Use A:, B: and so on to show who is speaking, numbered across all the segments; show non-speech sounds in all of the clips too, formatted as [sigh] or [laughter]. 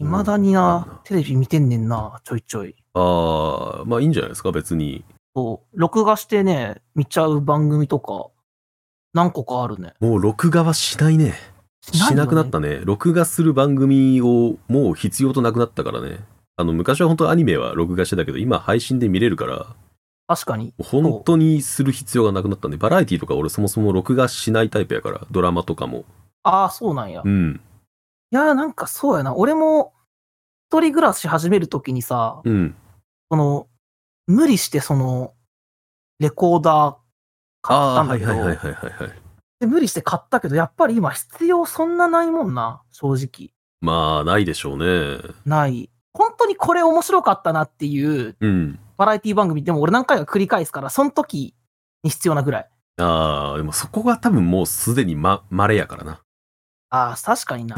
A: いまだにな、テレビ見てんねんな、ちょいちょい。
B: ああ、まあいいんじゃないですか、別に。
A: そう、録画してね、見ちゃう番組とか、何個かあるね。
B: もう録画はしないね。しなくなった
A: ね。
B: ね。録画する番組をもう必要となくなったからね。あの、昔は本当アニメは録画してたけど、今配信で見れるから、
A: 確かに。
B: 本当にする必要がなくなったんで、バラエティとか俺そもそも録画しないタイプやから、ドラマとかも。
A: ああ、そうなんや。
B: う
A: い
B: ん。
A: やー、なんかそうやな。俺も、一人暮らし始めるときにさ、
B: うん。
A: その、無理してその、レコーダー買っ
B: あ
A: た
B: あ、
A: んだ
B: はい
A: け
B: はいはい
A: ど、
B: はいはいはい。
A: で無理して買ったけど、やっぱり今必要そんなないもんな、正直。
B: まあ、ないでしょうね。
A: ない。本当にこれ面白かったなっていう
B: うん。
A: バラエティ番組、でも俺何回か繰り返すから、その時に必要なぐらい。
B: ああ、でもそこが多分もうすでにま、稀やからな。
A: ああ、確かに [laughs] な。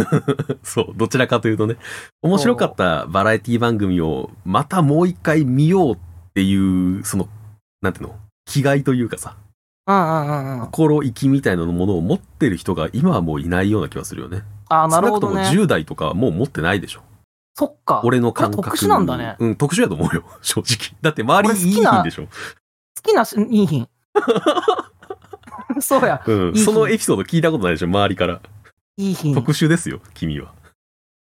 B: そう、どちらかというとね、面白かったバラエティ番組をまたもう一回見ようっていう、その、なんていうの気概というかさ、
A: うんうんうんうん。
B: 心意気みたいなものを持ってる人が今はもういないような気がするよね。
A: ああ、なるほど
B: 少なく
A: ね
B: と。も10代とかはもう持ってないでしょ。
A: そっか。
B: 俺の感覚。
A: これ特殊なんだね
B: うん、特殊やと思うよ、正直。だって周りいい
A: 俺好きな
B: 品でしょ。
A: 好きなしいい品。 [laughs] そうや、
B: うん、
A: いい
B: そのエピソード聞いたことないでしょ、周りから。
A: いい品。
B: 特殊ですよ、君は。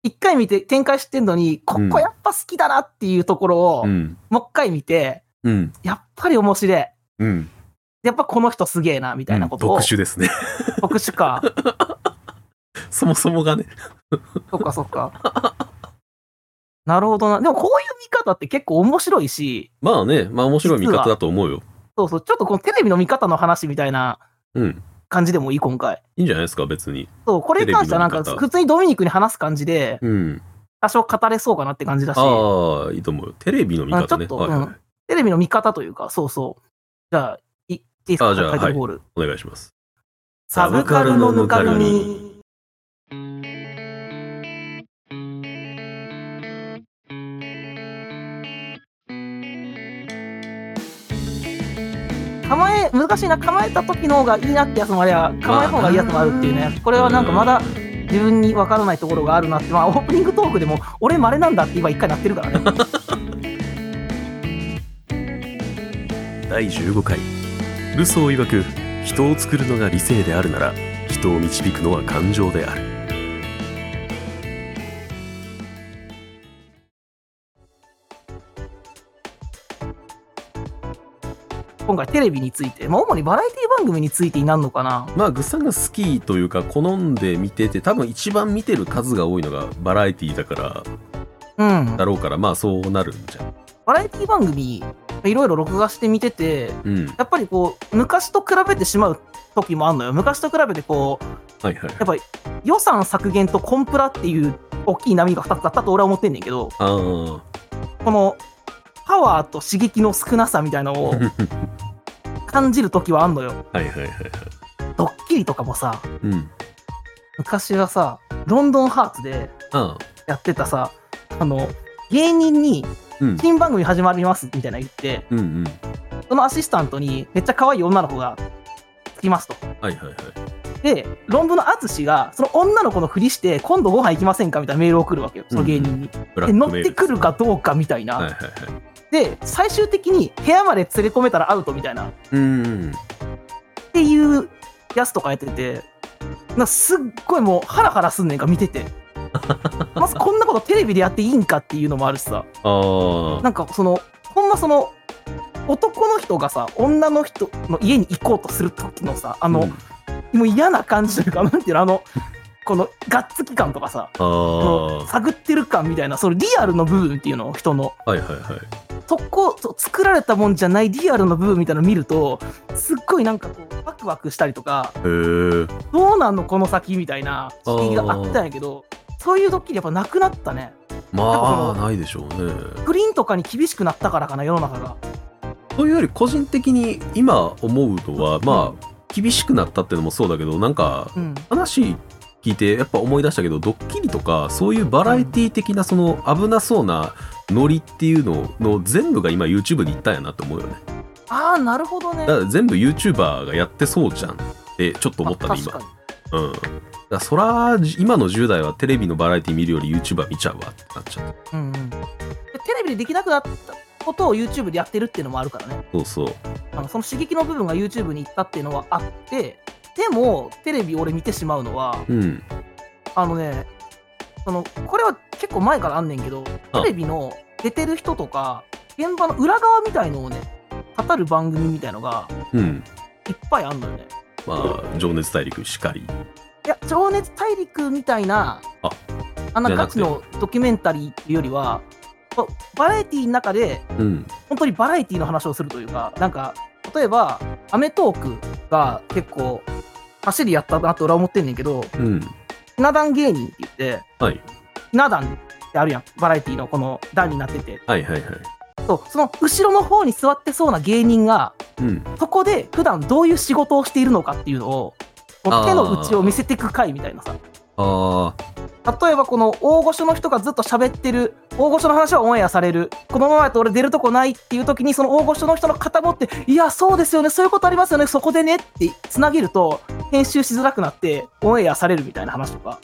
A: 一回見て展開してんのに、ここやっぱ好きだなっていうところを、
B: うん。
A: もう一回見て、
B: うん。
A: やっぱり面白い。
B: うん。み
A: やっぱこの人すげえな、みたいなことを。
B: 特殊ですね。 [laughs]
A: 特殊か。 [laughs]
B: そもそもがね。
A: そっかそっか。なるほどな。でもこういう見方って結構面白いし、
B: まあね、まあ面白い見方だと思うよ。
A: そうそう、ちょっとこのテレビの見方の話みたいな
B: うん。
A: 感じでもいい、今回。
B: いいんじゃないですか、別に。
A: そう、これに関してはなん
B: テレ
A: か、
B: ビの見方
A: 普通にドミニクに話す感じで、
B: うん。
A: 多少語れそうかなって感じだし、
B: ああ、いいと思うよ。テレビの見
A: あちょ
B: 方
A: っ
B: ね。
A: と
B: はいはい、
A: うんテレビの見方というか、そうそう。じゃあ、いいいです
B: あ
A: か、
B: じゃ
A: タ
B: あ
A: イトルコール。
B: お願いします。
A: サブカルのぬかるみ。構え難しいな構えた時の方がいいなってやつもありゃ構えた方がいいやつもあるっていうねこれはなんかまだ自分に分からないところがあるなってまあオープニングトークでも俺まれなんだって今一回なってるから [laughs] ね
B: 第15回。ルソー曰く、人を作るのが理性であるなら、人を導くのは感情である。
A: 今回テレビについてまあ主にバラエティ番組についてになるのかな
B: まあ、グッさんが好きというか、好んで見てて、多分一番見てる数が多いのがバラエティだから、
A: うん
B: だろうから、まあそうなるんじゃん。
A: バラエティ番組いろいろ録画して見てて
B: うん。
A: やっぱりこう昔と比べてしまう時もあるのよ昔と比べてこう
B: はいはい。
A: やっぱり予算削減とコンプラっていう大きい波が2つあったと俺は思ってんねんけど
B: あ [laughs] あ。
A: このパワーと刺激の少なさみたいなのを感じる時はあんのよ
B: はいはいはいはい。
A: ドッキリとかもさ
B: うん。
A: 昔はさロンドンハーツで
B: ああ。
A: やってたさあの芸人に
B: うん。
A: 新番組始まりますみたいなの言って
B: うんうん。
A: そのアシスタントにめっちゃ可愛い女の子がつきますと
B: はいはいはい。
A: で、論文の淳が、その女の子のふりして、今度ご飯行きませんかみたいなメールを送るわけよ、その芸人に。
B: ブラ
A: で、
B: ッ
A: 乗
B: ク
A: っ
B: メール
A: てくるかどうかみたいな。
B: はいはいはい。
A: で、最終的に部屋まで連れ込めたらアウトみたいな。っ
B: うんうん。
A: ていうやつとかやってて、なんかすっごいもうハラハラすんねんか見て
B: [laughs]
A: て。まずこんなことテレビでやっていいんかっていうのもあるしさ、
B: ああ。
A: なんかその、ほんまその、男の人がさ、女の人の家に行こうとする時のさ、あの、
B: うん
A: もう嫌な感じというか、なんていうの、あの、このがっつき感とかさ、
B: ああ。は
A: 探ってる感みたいなそのリアルの部分っていうの人の
B: いはいはい。
A: そこそう作られたもんじゃないリアルの部分みたいなの見るとすっごいなんかこうワクワクしたりとか
B: へ
A: どうなんのこの先みたいな
B: あー
A: 刺激があったんやけどそういうドッキリやっぱなくなったね
B: え。
A: なんかそ
B: まあ、ないでしょうね。
A: グリーンとかに厳しくなったからかな世の中が
B: というより、個人的に今思うのは、まあ、厳しくなったってのもそうだけど、なんか、
A: うん
B: 話聞いて、やっぱ思い出したけど、ドッキリとか、そういうバラエティ的な、その危なそうなノリっていうのの全部が今 YouTube に行ったんやなって思うよね。
A: ああなるほどね
B: だから全部 YouTuber がやってそうじゃんって、ちょっと思った
A: あ
B: ね、
A: 確
B: 今
A: か。に
B: うん。だからそら、じ今の10代はテレビのバラエティ見るより YouTuber 見ちゃうわってなっちゃった。
A: うんうん、でテレビでできなくなったことを YouTube でやってるっていうのもあるからね
B: そうそう。
A: あのその刺激の部分が YouTube に行ったっていうのはあってでもテレビ俺見てしまうのは
B: うん。
A: あのねそのこれは結構前からあんねんけど
B: あ
A: テレビの出てる人とか現場の裏側みたいのをね語る番組みたいのが
B: うん。
A: いっぱいあんのよね
B: まあ、情熱大陸しかり。
A: いや「情熱大陸」みたいな
B: あ
A: あんなガチ
B: じゃな
A: のドキュメンタリーっていうよりはこうバラエティーの中で
B: うん。
A: 本当にバラエティの話をするというか、なんか、例えば、アメトーークが結構、走りやったなって俺は思ってんねんけど、
B: うん。
A: ひな壇芸人って言って、
B: はい。
A: ひな壇ってあるやん、バラエティのこの段になってて、
B: はいはいはい。
A: そうその後ろの方に座ってそうな芸人が、
B: うん。
A: そこで普段どういう仕事をしているのかっていうのを、もう手の内を見せてく回みたいなさ。
B: あ
A: 例えばこの大御所の人がずっと喋ってる大御所の話はオンエアされるこのままやと俺出るとこないっていう時にその大御所の人の肩持っていやそうですよねそういうことありますよねそこでねってつなげると編集しづらくなってオンエアされるみたいな話とか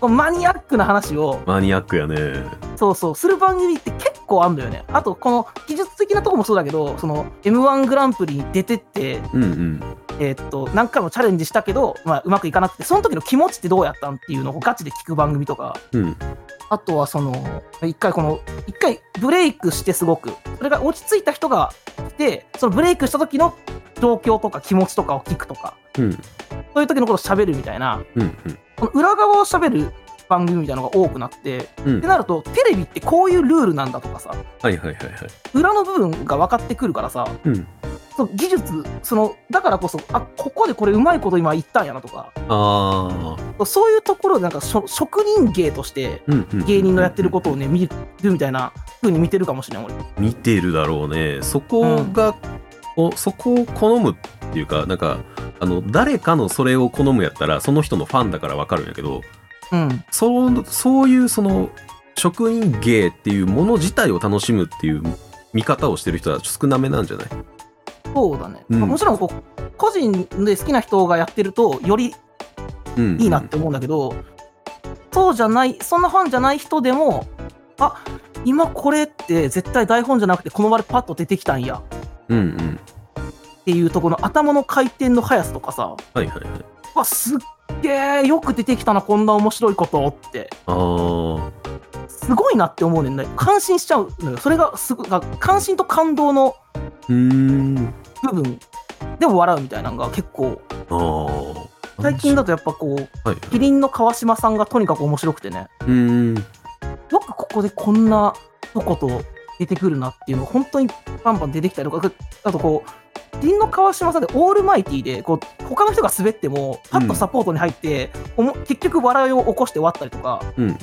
A: こうマニアックな話を
B: ー、マニアックやね。
A: そうそうする番組って結構あんだよねあとこの技術的なとこもそうだけどその m 1グランプリに出てって
B: うんうん。
A: えーっと何回もチャレンジしたけど、まあ、うまくいかなくてその時の気持ちってどうやったんっていうのをガチで聞く番組とか
B: うん。
A: あとはその、一回この、一回ブレイクしてすごく、それが落ち着いた人が来て、そのブレイクした時の状況とか気持ちとかを聞くとか、
B: うん。
A: そういう時のことを喋るみたいな、
B: うん。
A: この裏側を喋る番組みたいなのが多くなって、
B: うん。う
A: っ
B: ん
A: て。なると、テレビってこういうルールなんだとかさ、
B: はいはいはいはい。
A: 裏の部分が分かってくるからさ、
B: うん。
A: その技術、その、だからこそ、あ、ここでこれうまいこと今言ったんやなとか、
B: ああ。
A: そういうところをなんかしょ職人芸として、
B: うんうん。
A: 芸人のやってることをね、見るみたいな風に見てるかもしれない、俺。
B: 見てるだろうねそこが、おそこを好むっていうかなんかあの誰かのそれを好むやったらその人のファンだからわかるんやけど
A: うん。
B: そうそういうその職員芸っていうもの自体を楽しむっていう見方をしてる人は少なめなんじゃない
A: そうだね、
B: うん
A: まあもちろんこう個人で好きな人がやってるとより
B: うん
A: いいなって思うんだけど、そうじゃないそんなファンじゃない人でもあ今これって絶対台本じゃなくてこの場でパッと出てきたんや
B: うんうん
A: っていうところの頭の回転の速さとかさ
B: はいはいはい
A: あすっげえよく出てきたなこんな面白いことって
B: あー
A: すごいなって思うねんね感心しちゃうのよそれがすごが感心と感動の
B: うーん
A: 部分でも笑うみたいなのが結構
B: あー
A: 最近だとやっぱこう
B: はい
A: キリンの川島さんがとにかく面白くてね、
B: うーん
A: よくここでこんなとこと出てくるなっていうのが本当にバンバン出てきたりとか、あとこう、キリンの川島さんでオールマイティーで、こう、他の人が滑っても、パッとサポートに入って、おも結局笑いを起こして終わったりとか、
B: うん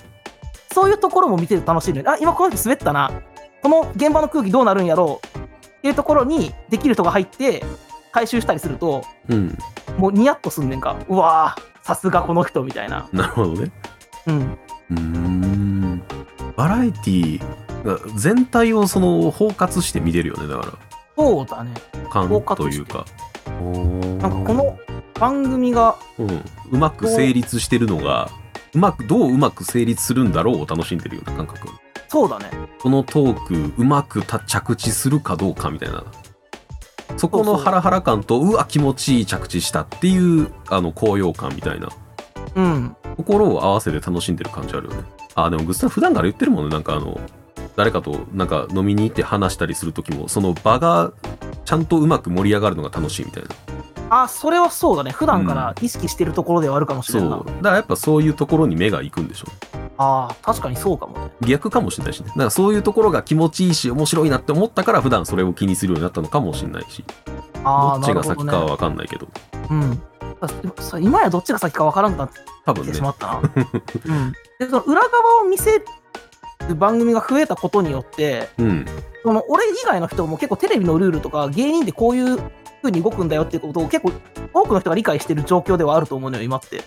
A: そういうところも見てると楽しいのよね。あ、今この人滑ったな。この現場の空気どうなるんやろうっていうところにできる人が入って回収したりすると、
B: うん
A: もうニヤッとすんねんか。うわぁ、さすがこの人みたいな。
B: なるほどね
A: うん。
B: うーんバラエティーが全体をその包括して見れるよねだか
A: そうだね。
B: ら感というか
A: なんかこ
B: こ
A: の番組が、
B: の、うん、うまく成立してるのがうまくどううまく成立するんだろうを楽しんでるような感覚
A: そうだね。
B: このトークうまくた着地するかどうかみたいなそ
A: そ
B: こ
A: う
B: の
A: そう
B: ハラハラ感とうわ気持ちいい着地したっていうあの高揚感みたいな
A: うん。
B: 心を合わせて楽しんでる感じあるよねあでもグッズさん普段から言ってるもんねなんかあの誰かとなんか飲みに行って話したりする時もその場がちゃんとうまく盛り上がるのが楽しいみたいな
A: あ、それはそうだね。普段から意識してるところではあるかもし
B: そ
A: れ
B: う
A: ないな。
B: だからやっぱそういうところに目が行くんでしょ
A: ああ、確かにそうかもね。
B: 逆かもしれないしねだからそういうところが気持ちいいし面白いなって思ったから普段それを気にするようになったのかもしれないし
A: あ
B: ど
A: あ、
B: っ
A: な
B: ち
A: る
B: が
A: ほど
B: 先
A: ね
B: か。は分かんないけど
A: うん。だでもさ今やどっちが先か分からんくなって
B: 多
A: き
B: 分
A: て
B: ね
A: しまった
B: [laughs]
A: な。うん。で、その裏側を見せる番組が増えたことによって、
B: うん
A: その俺以外の人も結構テレビのルールとか芸人ってこういう風に動くんだよっていうことを結構多くの人が理解してる状況ではあると思うのよ、今って。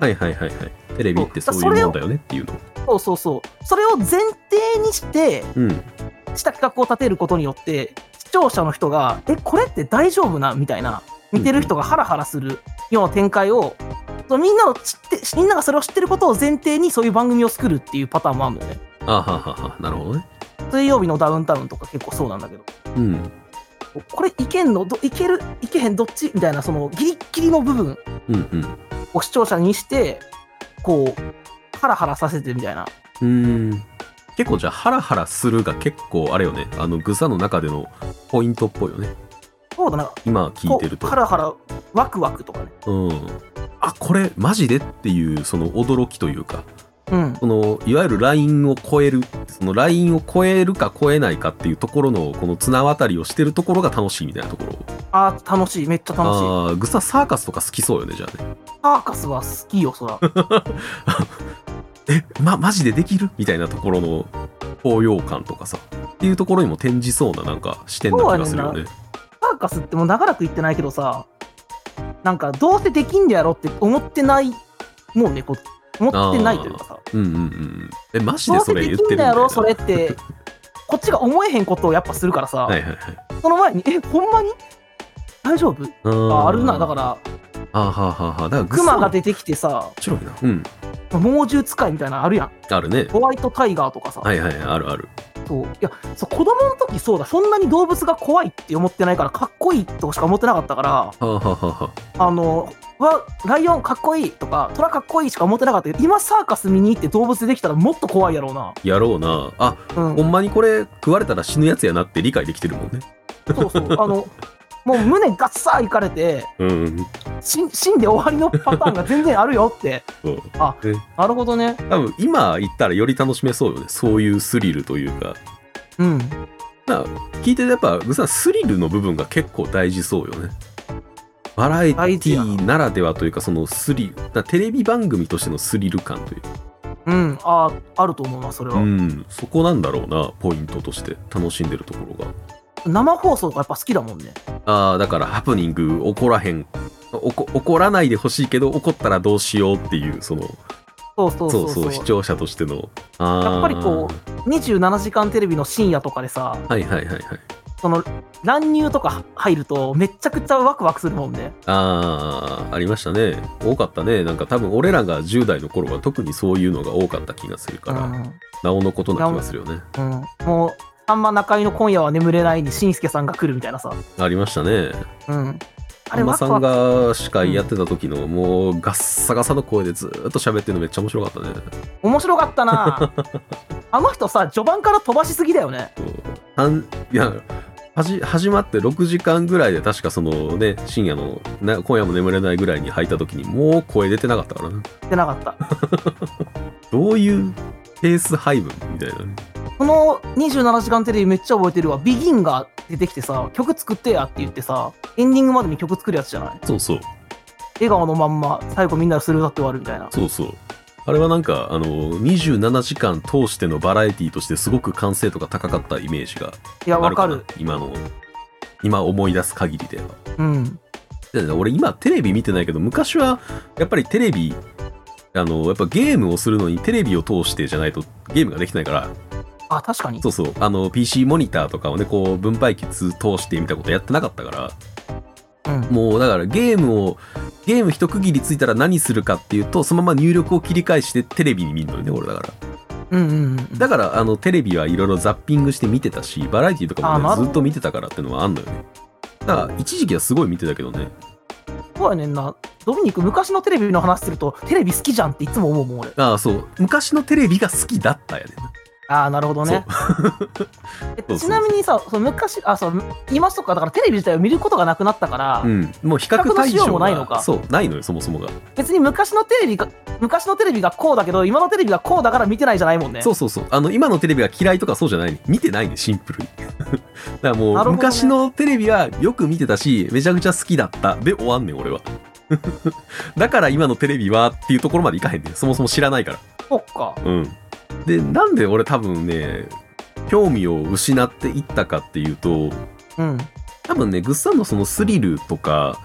B: はいはいはいはいテレビってそういうもんだよねっていうの
A: そうそうそう。それを前提にして、
B: うん
A: した企画を立てることによって視聴者の人が「えこれって大丈夫な?」みたいな見てる人がハラハラするような展開を、そのみんなを知って、みんながそれを知ってることを前提にそういう番組を作るっていうパターンもあるんだよね。
B: あはははなるほどね。
A: 水曜日のダウンタウンとか結構そうなんだけど。
B: うん。
A: これいけんのどいけるいけへんどっちみたいなそのギリッギリの部分
B: うんうん。
A: を視聴者にしてこうハラハラさせてみたいな
B: うーん結構じゃあハラハラするが結構あれよねあのグサの中でのポイントっぽいよね
A: そうだなんか
B: 今聞いてると
A: こうハラハラワクワクとかね
B: うんあこれマジでっていうその驚きというか
A: うん
B: このいわゆるラインを超えるそのラインを超えるか超えないかっていうところのこの綱渡りをしてるところが楽しいみたいなところ
A: あー楽しいめっちゃ楽しい
B: あーグササーカスとか好きそうよねじゃあね
A: サーカスは好きよそら
B: えまマジでできるみたいなところの高揚感とかさっていうところにも転じそうななんか視点な気がするよね
A: サーカスってもう長らく行ってないけどさなんかどうせできんでやろって思ってないもんねこう思ってないというかさ
B: うんうんうん。え、マジ
A: ど
B: で
A: うせ
B: それ
A: で
B: 言っ
A: き
B: て
A: ん
B: るん
A: だや
B: だよ
A: ろ
B: な
A: それっ。
B: [laughs]
A: てこっちが思えへんことをやっぱするからさ、
B: はいはいはい。
A: その前に、え、ほんまに大丈夫あ
B: あ。
A: あるな、だからら、
B: あはははは。だから、
A: クマが出てきてさ、
B: て面白いな。うん。
A: 猛獣使いみたいなのあるやん。
B: あるね。
A: ホワイトタイガーとかさ、
B: はいはい、あるある。
A: そういやそう子供の時そうだ、そんなに動物が怖いって思ってないから、かっこいいとしか思ってなかったから、
B: はあ、はあはあは
A: あの、わライオンかっこいいとか、トラかっこいいしか思ってなかったけど、今サーカス見に行って動物出てきたらもっと怖いやろうな。
B: やろうな。あ、
A: うん
B: ほ、んまにこれ食われたら死ぬやつやなって理解できてるもんね。
A: そうそう。あの、もう胸ガッサーいかれて、
B: うん。
A: 死ん死んで終わりのパターンが全然あるよって。
B: そう。
A: あ
B: え、
A: なるほどね。
B: 多分今言ったらより楽しめそうよね。そういうスリルというか。
A: うん。
B: 聞いててやっぱ、グさん、スリルの部分が結構大事そうよね。バラエテ
A: 大事
B: ィ
A: や
B: ーならではというか、そのスリル、だからテレビ番組としてのスリル感というか
A: うん、ああると思います、それは。
B: うん、そこなんだろうな、ポイントとして、楽しんでるところが。
A: 生放送がやっぱ好きだもんね。
B: ああ、だから、ハプニング、起こらへん、おこ起こらないでほしいけど、起こったらどうしようっていう、その、
A: そうそう
B: そ
A: そうう
B: そ、
A: そうう
B: 視聴者としての、あー
A: やっぱりこ27時間テレビの深夜とかでさ、
B: はいはいはいはい。
A: その乱入とか入ると、めちゃくちゃワクワクするもんね。
B: ああ、ありましたね。多かったね。なんか多分、俺らが10代の頃は特にそういうのが多かった気がする
A: う
B: から、
A: ん、
B: なおのことな気がするよね。
A: うん、もう、あんま中居の今夜は眠れないに、しんすけさんが来るみたいなさ。
B: ありましたね。
A: うん、あ
B: あ
A: れ、
B: んま
A: ワク
B: さん
A: ワク。
B: が司会やってた時の、もう、ガッサガサの声でずーっと喋ってるのめっちゃ面白かったね。
A: 面白かった
B: [laughs]
A: な。あの人さ、序盤から飛ばしすぎだよね。
B: あんいやはじ始まって6時間ぐらいで確かそのね深夜のな今夜も眠れないぐらいに入った時にもう声出てなかったからな
A: ってなかった。
B: どういうペース配分みたいなね
A: この27時間テレビめっちゃ覚えてるわ。ビギンが出てきてさ、曲作ってやって言ってさ、エンディングまでに曲作るやつじゃない
B: そうそう
A: 笑顔のまんま、最後みんなでそれ歌って終わるみたいな。
B: そうそうあれはなんかあの27時間通してのバラエティとしてすごく完成度が高かったイメージが
A: いや、
B: あ
A: わ
B: る
A: か
B: かな
A: る。
B: 今の今思い出す限りでは
A: うん。
B: だよね俺今テレビ見てないけど昔はやっぱりテレビあのやっぱゲームをするのにテレビを通してじゃないとゲームができないから
A: あ、確かに。
B: そうそうあの PC モニターとかをねこう分配器通してみたいなことやってなかったから
A: うん。
B: もうだからゲームをゲーム一区切りついたら何するかっていうとそのまま入力を切り返してテレビに見るのよね俺だから
A: うんうんうん。
B: だからあのテレビはいろいろザッピングして見てたしバラエティとか
A: あなる
B: も
A: ほ
B: ね
A: ど
B: ずっと見てたからっていうのはあんのよねだから一時期はすごい見てたけどね
A: そうやねんな。ドミニク、昔のテレビの話すると、テレビ好きじゃんっていつも思うもん、俺。
B: ああそう昔のテレビが好きだったやねんな
A: ああ、なるほどね。え
B: そうそう
A: ちなみにさ、その昔、あ、そう、今そっか、だからテレビ自体を見ることがなくなったから、
B: うん、もう比較対
A: 比較のしよ
B: 象
A: うも
B: が
A: ないのか
B: そうないのよそもそもが、
A: 別に昔のテレビが、昔のテレビがこうだけど、今のテレビがこうだから見てないじゃないもんね。
B: そうそうそうあの今のテレビが嫌いとかそうじゃないね見てないねシンプルに [laughs] だからも
A: な
B: う
A: るほどね
B: 昔のテレビはよく見てたしめちゃくちゃ好きだったで終わんねん俺は [laughs] だから今のテレビはっていうところまでいかへんねんそもそも知らないか
A: そっか。
B: らうんでなんで俺多分ね興味を失っていったかっていうと
A: うん。
B: 多分ねグッサンのそのスリルとか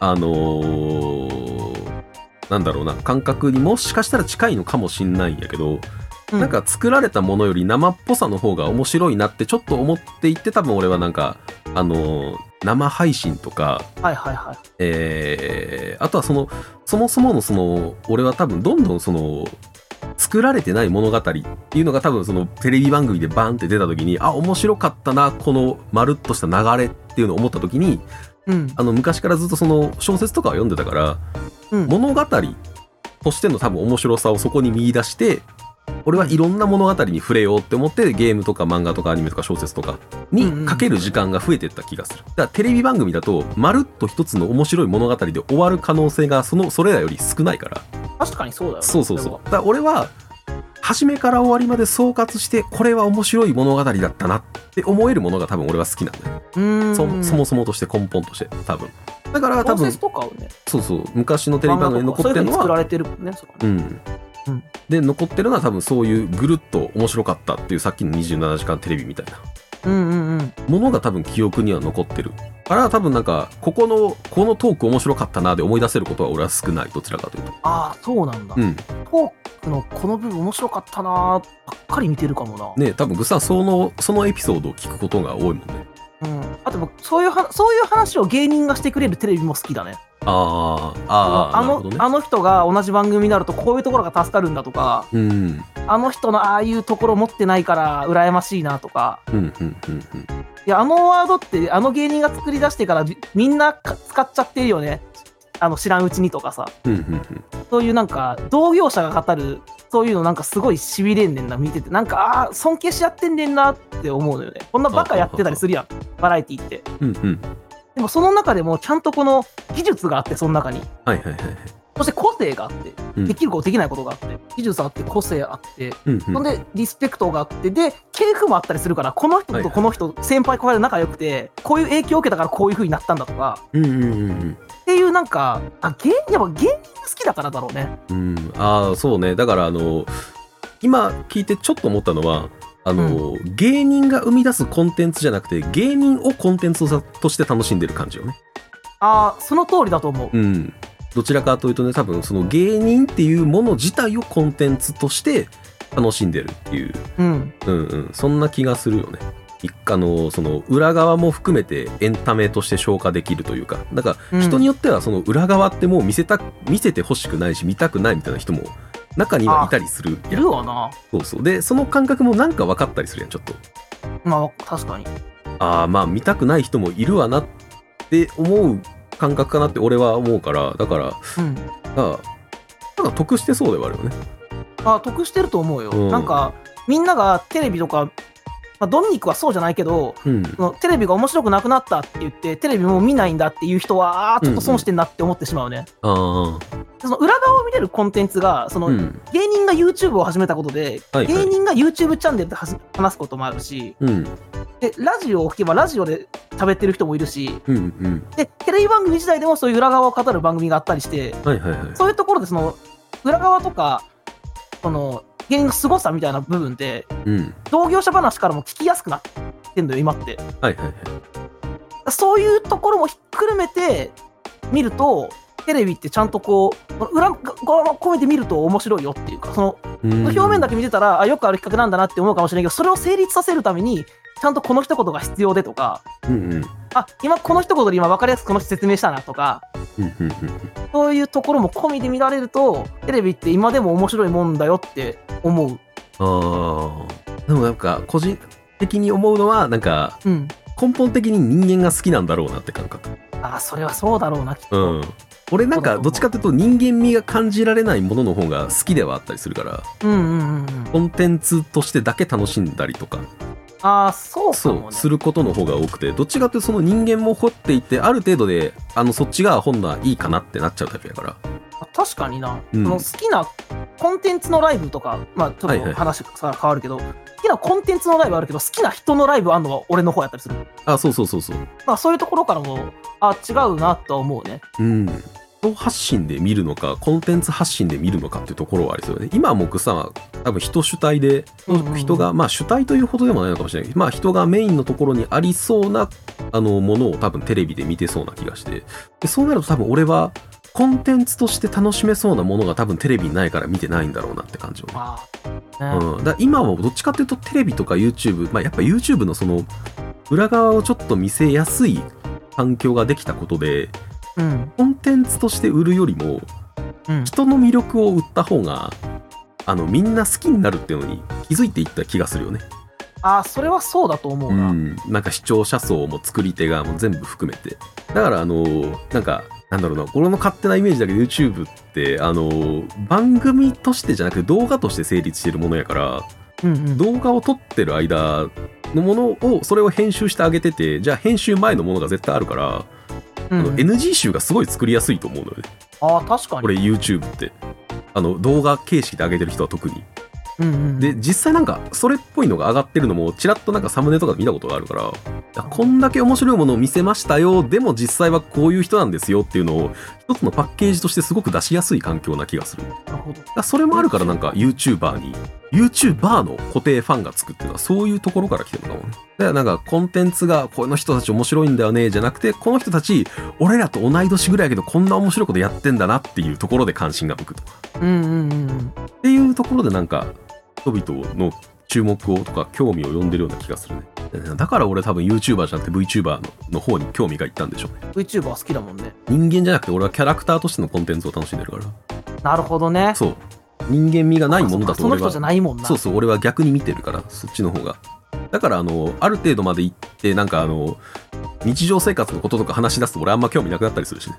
B: あのーなんだろうな感覚にもしかしたら近いのかもしんないんやけど
A: うん
B: なんか作られたものより生っぽさの方が面白いなってちょっと思っていて多分俺はなんかあのー生配信とか、
A: はいはいはい。
B: えーあとはそのそもそものその俺は多分どんどんその作られてない物語っていうのが多分そのテレビ番組でバンって出た時にあ面白かったなこのまるっとした流れっていうのを思った時に
A: うん。
B: あの昔からずっとその小説とかを読んでたから
A: うん。
B: 物語としての多分面白さをそこに見出して俺はいろんな物語に触れようって思ってゲームとか漫画とかアニメとか小説とかにかける時間が増えてった気がするだからテレビ番組だとまるっと一つの面白い物語で終わる可能性がそのそれらより少ないから
A: 確かにそうだよね。
B: そうそうそうだから俺は初めから終わりまで総括してこれは面白い物語だったなって思えるものが多分俺は好きなんだよ
A: それは。うーん。
B: そそもそもとして根本として多分だから多
A: 小
B: 分
A: 説とかをね、
B: そうそう昔のテレビ番組に残って
A: 漫画とかそういうふう
B: るの
A: に作
B: は
A: られてるもんね、そこ
B: う
A: ね
B: ん
A: うん
B: で残ってるのは多分そういうぐるっと面白かったっていうさっきの27時間テレビみたいな
A: うんうんうん。
B: ものが多分記憶には残ってるあれは多分なんかここのこのトーク面白かったなで思い出せることは俺は少ないどちらかというと
A: ああ、そうなんだ。
B: うん
A: トークのこの部分面白かったなーばっかり見てるかもな。
B: ね多分グッサンそのそのエピソードを聞くことが多いもんね
A: うん。あと僕、そういうは、そういう話を芸人がしてくれるテレビも好きだね。
B: あーあー
A: あ
B: なる
A: の
B: ほどね
A: あの人が同じ番組になるとこういうところが助かるんだとか
B: うんうん
A: あの人のああいうところ持ってないから羨ましいなとか
B: うんうんうん
A: いやあのワードってあの芸人が作り出してからみみんなか使っちゃってるよねあの知らんうちにとかさ
B: うんうんうん
A: そういうなんか同業者が語るそういうのなんかすごいしびれんねんな見ててなんかああ尊敬し合ってんねんなって思うのよねこんなバカやってたりするやんバラエティって
B: うんうん
A: でもその中でもちゃんとこの技術があってその中に
B: はいはいはいはい
A: そして個性があって、
B: うん
A: できることできないことがあって、技術あって、個性あって、
B: うんう
A: ほん
B: ん
A: で、リスペクトがあって、で、系譜もあったりするから、この人
B: はいは
A: とこ
B: い
A: の人、先輩後輩で仲良くて、こういう影響を受けたからこういう風になったんだとか、
B: うんうんうんうん
A: っていうなんか、あ、芸人、やっぱ芸人が好きだからだろうね。
B: うん、ああそうねだからあの今聞いてちょっと思ったのはあの、芸人が生み出すコンテンツじゃなくて芸人をコンテンツとさとして楽しんでる感じよね。
A: ああ、その通りだと思う。
B: うん、どちらかというとね多分その芸人っていうもの自体をコンテンツとして楽しんでるっていう、
A: うん。
B: うんうん、そんな気がするよね。一家のその裏側も含めてエンタメとして消化できるというかだか
A: う
B: ら
A: ん
B: 人によってはその裏側ってもう見せた見せてほしくないし見たくないみたいな人も中にはいたりする
A: い
B: やん
A: るわな。
B: そうそうでその感覚もなんか分かったりするやんちょっと
A: まあ、確かに。
B: ああまあ見たくない人もいるわなって思う感覚かなって俺は思うからだから
A: うん。
B: あなんか得してそうではあるよね
A: あ得してると思うよ。
B: うん
A: なんか、みんながテレビとか、まあ、ドミニクはそうじゃないけど、
B: うん
A: そのテレビが面白くなくなったって言ってテレビもう見ないんだっていう人はあーちょっと損してんなって思ってしまうね、
B: あ
A: その裏側を見れるコンテンツがそ
B: あ
A: の、
B: うん
A: 芸人が YouTube を始めたことで、
B: はいはい
A: 芸人が YouTube チャンネルではじ話すこともあるし
B: うん
A: でラジオを聞けばラジオで喋ってる人もいるし
B: うんうん
A: でテレビ番組時代でもそういう裏側を語る番組があったりして
B: はいはいはい
A: そういうところでその裏側とかその芸人の凄さみたいな部分で
B: うん
A: 同業者話からも聞きやすくなってんのよ今って。
B: はいはいはい
A: そういうところもひっくるめて見ると、テレビってちゃんとこう、裏側も込めて見ると面白いよっていうか、その
B: うん
A: 表面だけ見てたら、あ、よくある企画なんだなって思うかもしれないけど、それを成立させるために、ちゃんとこの一言が必要でとか、
B: うんうんうん
A: あ、今この一言で今分かりやすくこの人説明したなとか、
B: うんうん
A: そういうところも込みで見られると、テレビって今でも面白いもんだよって思う。
B: ああでもなんか個人的に思うのはなんか
A: うん。
B: 根本的に人間が好きなんだろうなって感覚
A: あ、それはそうだろうな、きっと。
B: うん、俺なんかどっちかっていうと人間味が感じられないものの方が好きではあったりするから
A: うんうんうんうん。
B: コンテンツとしてだけ楽しんだりとか
A: あー、そうか
B: そ
A: も、
B: う
A: ね。
B: することの方が多くてどっちかっていうとその人間も掘っていってある程度であのそっちが本ないいかなってなっちゃうタイプやから
A: 確かにな、
B: うん
A: その好きなコンテンツのライブとか、まあ、ちょ
B: は
A: っ
B: いはい
A: と話さ変わるけど、好きなコンテンツのライブあるけど、好きな人のライブあるのは俺の方やったりする。
B: あそうそうそうそう
A: まあ、そういうところからも、あ違うなとは思うね。
B: うん人発信で見るのかコンテンツ発信で見るのかっていうところはありそうよね今はもう草は多分人主体で人が、まあ主体というほどでもないのかもしれないけどまあ人がメインのところにありそうなあのものを多分テレビで見てそうな気がしてでそうなると多分俺はコンテンツとして楽しめそうなものが多分テレビにないから見てないんだろうなって感じをね
A: まあ、
B: うん、だから今はどっちかっていうとテレビとか YouTube、まあ、やっぱ YouTube のその裏側をちょっと見せやすい環境ができたことで
A: うん
B: コンテンツとして売るよりも
A: うん
B: 人の魅力を売った方があのみんな好きになるっていうのに気づいていった気がするよね。
A: ああそれはそうだと思う
B: う
A: な、うん
B: ん、なんか視聴者層も作り手がもう全部含めてだからあのーなんかなんだろうな俺の勝手なイメージだけど YouTube ってあのー番組としてじゃなくて動画として成立してるものやから
A: うん
B: 動画を撮ってる間のものをそれを編集してあげててじゃあ編集前のものが絶対あるから、
A: う
B: あ
A: ん
B: の NG 集がすごい作りやすいと思うのよね
A: ああ確か
B: こ
A: に
B: れ YouTube ってあの動画形式で上げてる人は特に
A: うんうん
B: で実際なんかそれっぽいのが上がってるのもちらっとなんかサムネとかで見たことがあるからいやこんだけ面白いものを見せましたよでも実際はこういう人なんですよっていうのを一つのパッケージとしてすごく出しやすい環境な気がするだか
A: なるほど
B: らそれもあるからなんか YouTuber に YouTuber の固定ファンがつくっていうのはそういうところから来てるのかもねだからなんかコンテンツがこの人たち面白いんだよねじゃなくてこの人たち俺らと同い年ぐらいやけどこんな面白いことやってんだなっていうところで関心が向くと
A: うんうんうん
B: っていうところでなんか人々の注目をとか興味を呼んでるような気がするねだから俺多分 YouTuber じゃなくて VTuber のの方に興味がいったんでしょうね
A: VTuber 好きだもんね
B: 人間じゃなくて俺はキャラクターとしてのコンテンツを楽しんでるから
A: なるほどね
B: そう人間味がないものだ
A: あそっかそ
B: と
A: の
B: 俺
A: 人
B: は
A: じゃないもんな
B: そうそう俺は逆に見てるからそっちの方がだからあのある程度まで行ってなんかあの日常生活のこととか話し出すと俺あんま興味なくなったりするしね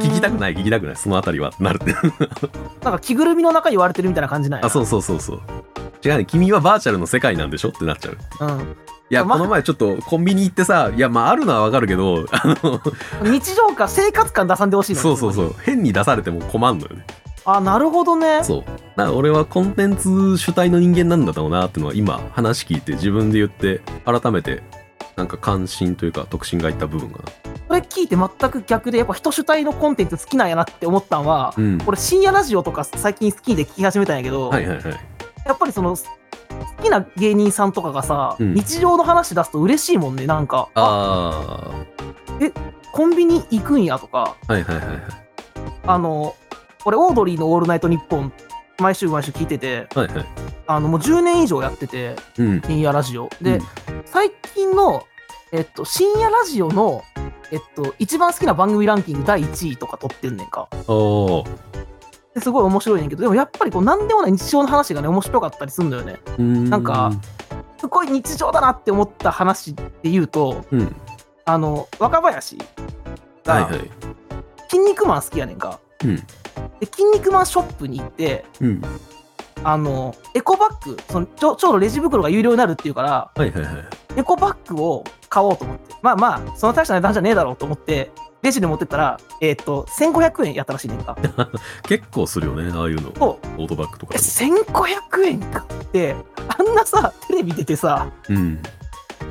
A: 聞
B: きたく
A: い
B: [laughs] ない聞きたくないそのあたりはってなるって
A: なんか着ぐるみの中言われてるみたいな感じない、
B: あそううそうそうそう違うね君はバーチャルの世界なんでしょってなっちゃう
A: うん、
B: いや、
A: まあ
B: この前ちょっとコンビニ行ってさ、いや、まああるのはわかるけど、あの、
A: 日常感生活感出さんでほしいの
B: そうそう
A: う
B: そう、変に出されても困んのよね。
A: あなるほどね
B: そう。だから俺はコンテンツ主体の人間なんだろうなってのは今話聞いて自分で言って、改めて、なんか関心というか、特進がいった部分かな。
A: これ聞いて全く逆でやっぱ人主体のコンテンツ好きなんやなって思ったんは、
B: うん。
A: 俺深夜ラジオとか最近好きで聞き始めたんやけど、
B: はいはいはい。
A: やっぱりその好きな芸人さんとかがさ、
B: うん
A: 日常の話出すと嬉しいもんねなんか
B: あ
A: コンビニ行くんやとか
B: あ、はいはいはいはい。
A: あの俺オードリーの「オールナイトニッポン」毎週毎週聞いてて
B: はいはい。
A: あのもう10年以上やってて
B: うん。
A: 深夜ラジオで、
B: うん
A: 最近の、えっと、深夜ラジオの、えっと、一番好きな番組ランキング第1位とか取ってんねんか
B: あー
A: ですごい面白いねんけどでもやっぱりこう何でもない日常の話がね面白かったりするんだよね
B: うーん。
A: なんか、すごい日常だなって思った話で言うと
B: うん。
A: あの若林
B: はい
A: が
B: はい。
A: 「筋肉マン」好きやねんか、
B: うん
A: で筋肉マンショップに行って
B: うん。
A: あのエコバッグそのちょちょうどレジ袋が有料になるっていうから
B: はいはいはい。
A: エコバッグを買おうと思ってまあまあそんな大した値段じゃねえだろうと思ってレジに持ってったらえっ、と1500円やったらしいねんか
B: 結構するよね、ああいうの。オ
A: そう
B: ートバッグとか
A: え
B: で
A: 1500円かってあんなさテレビ出てさ
B: も。うん。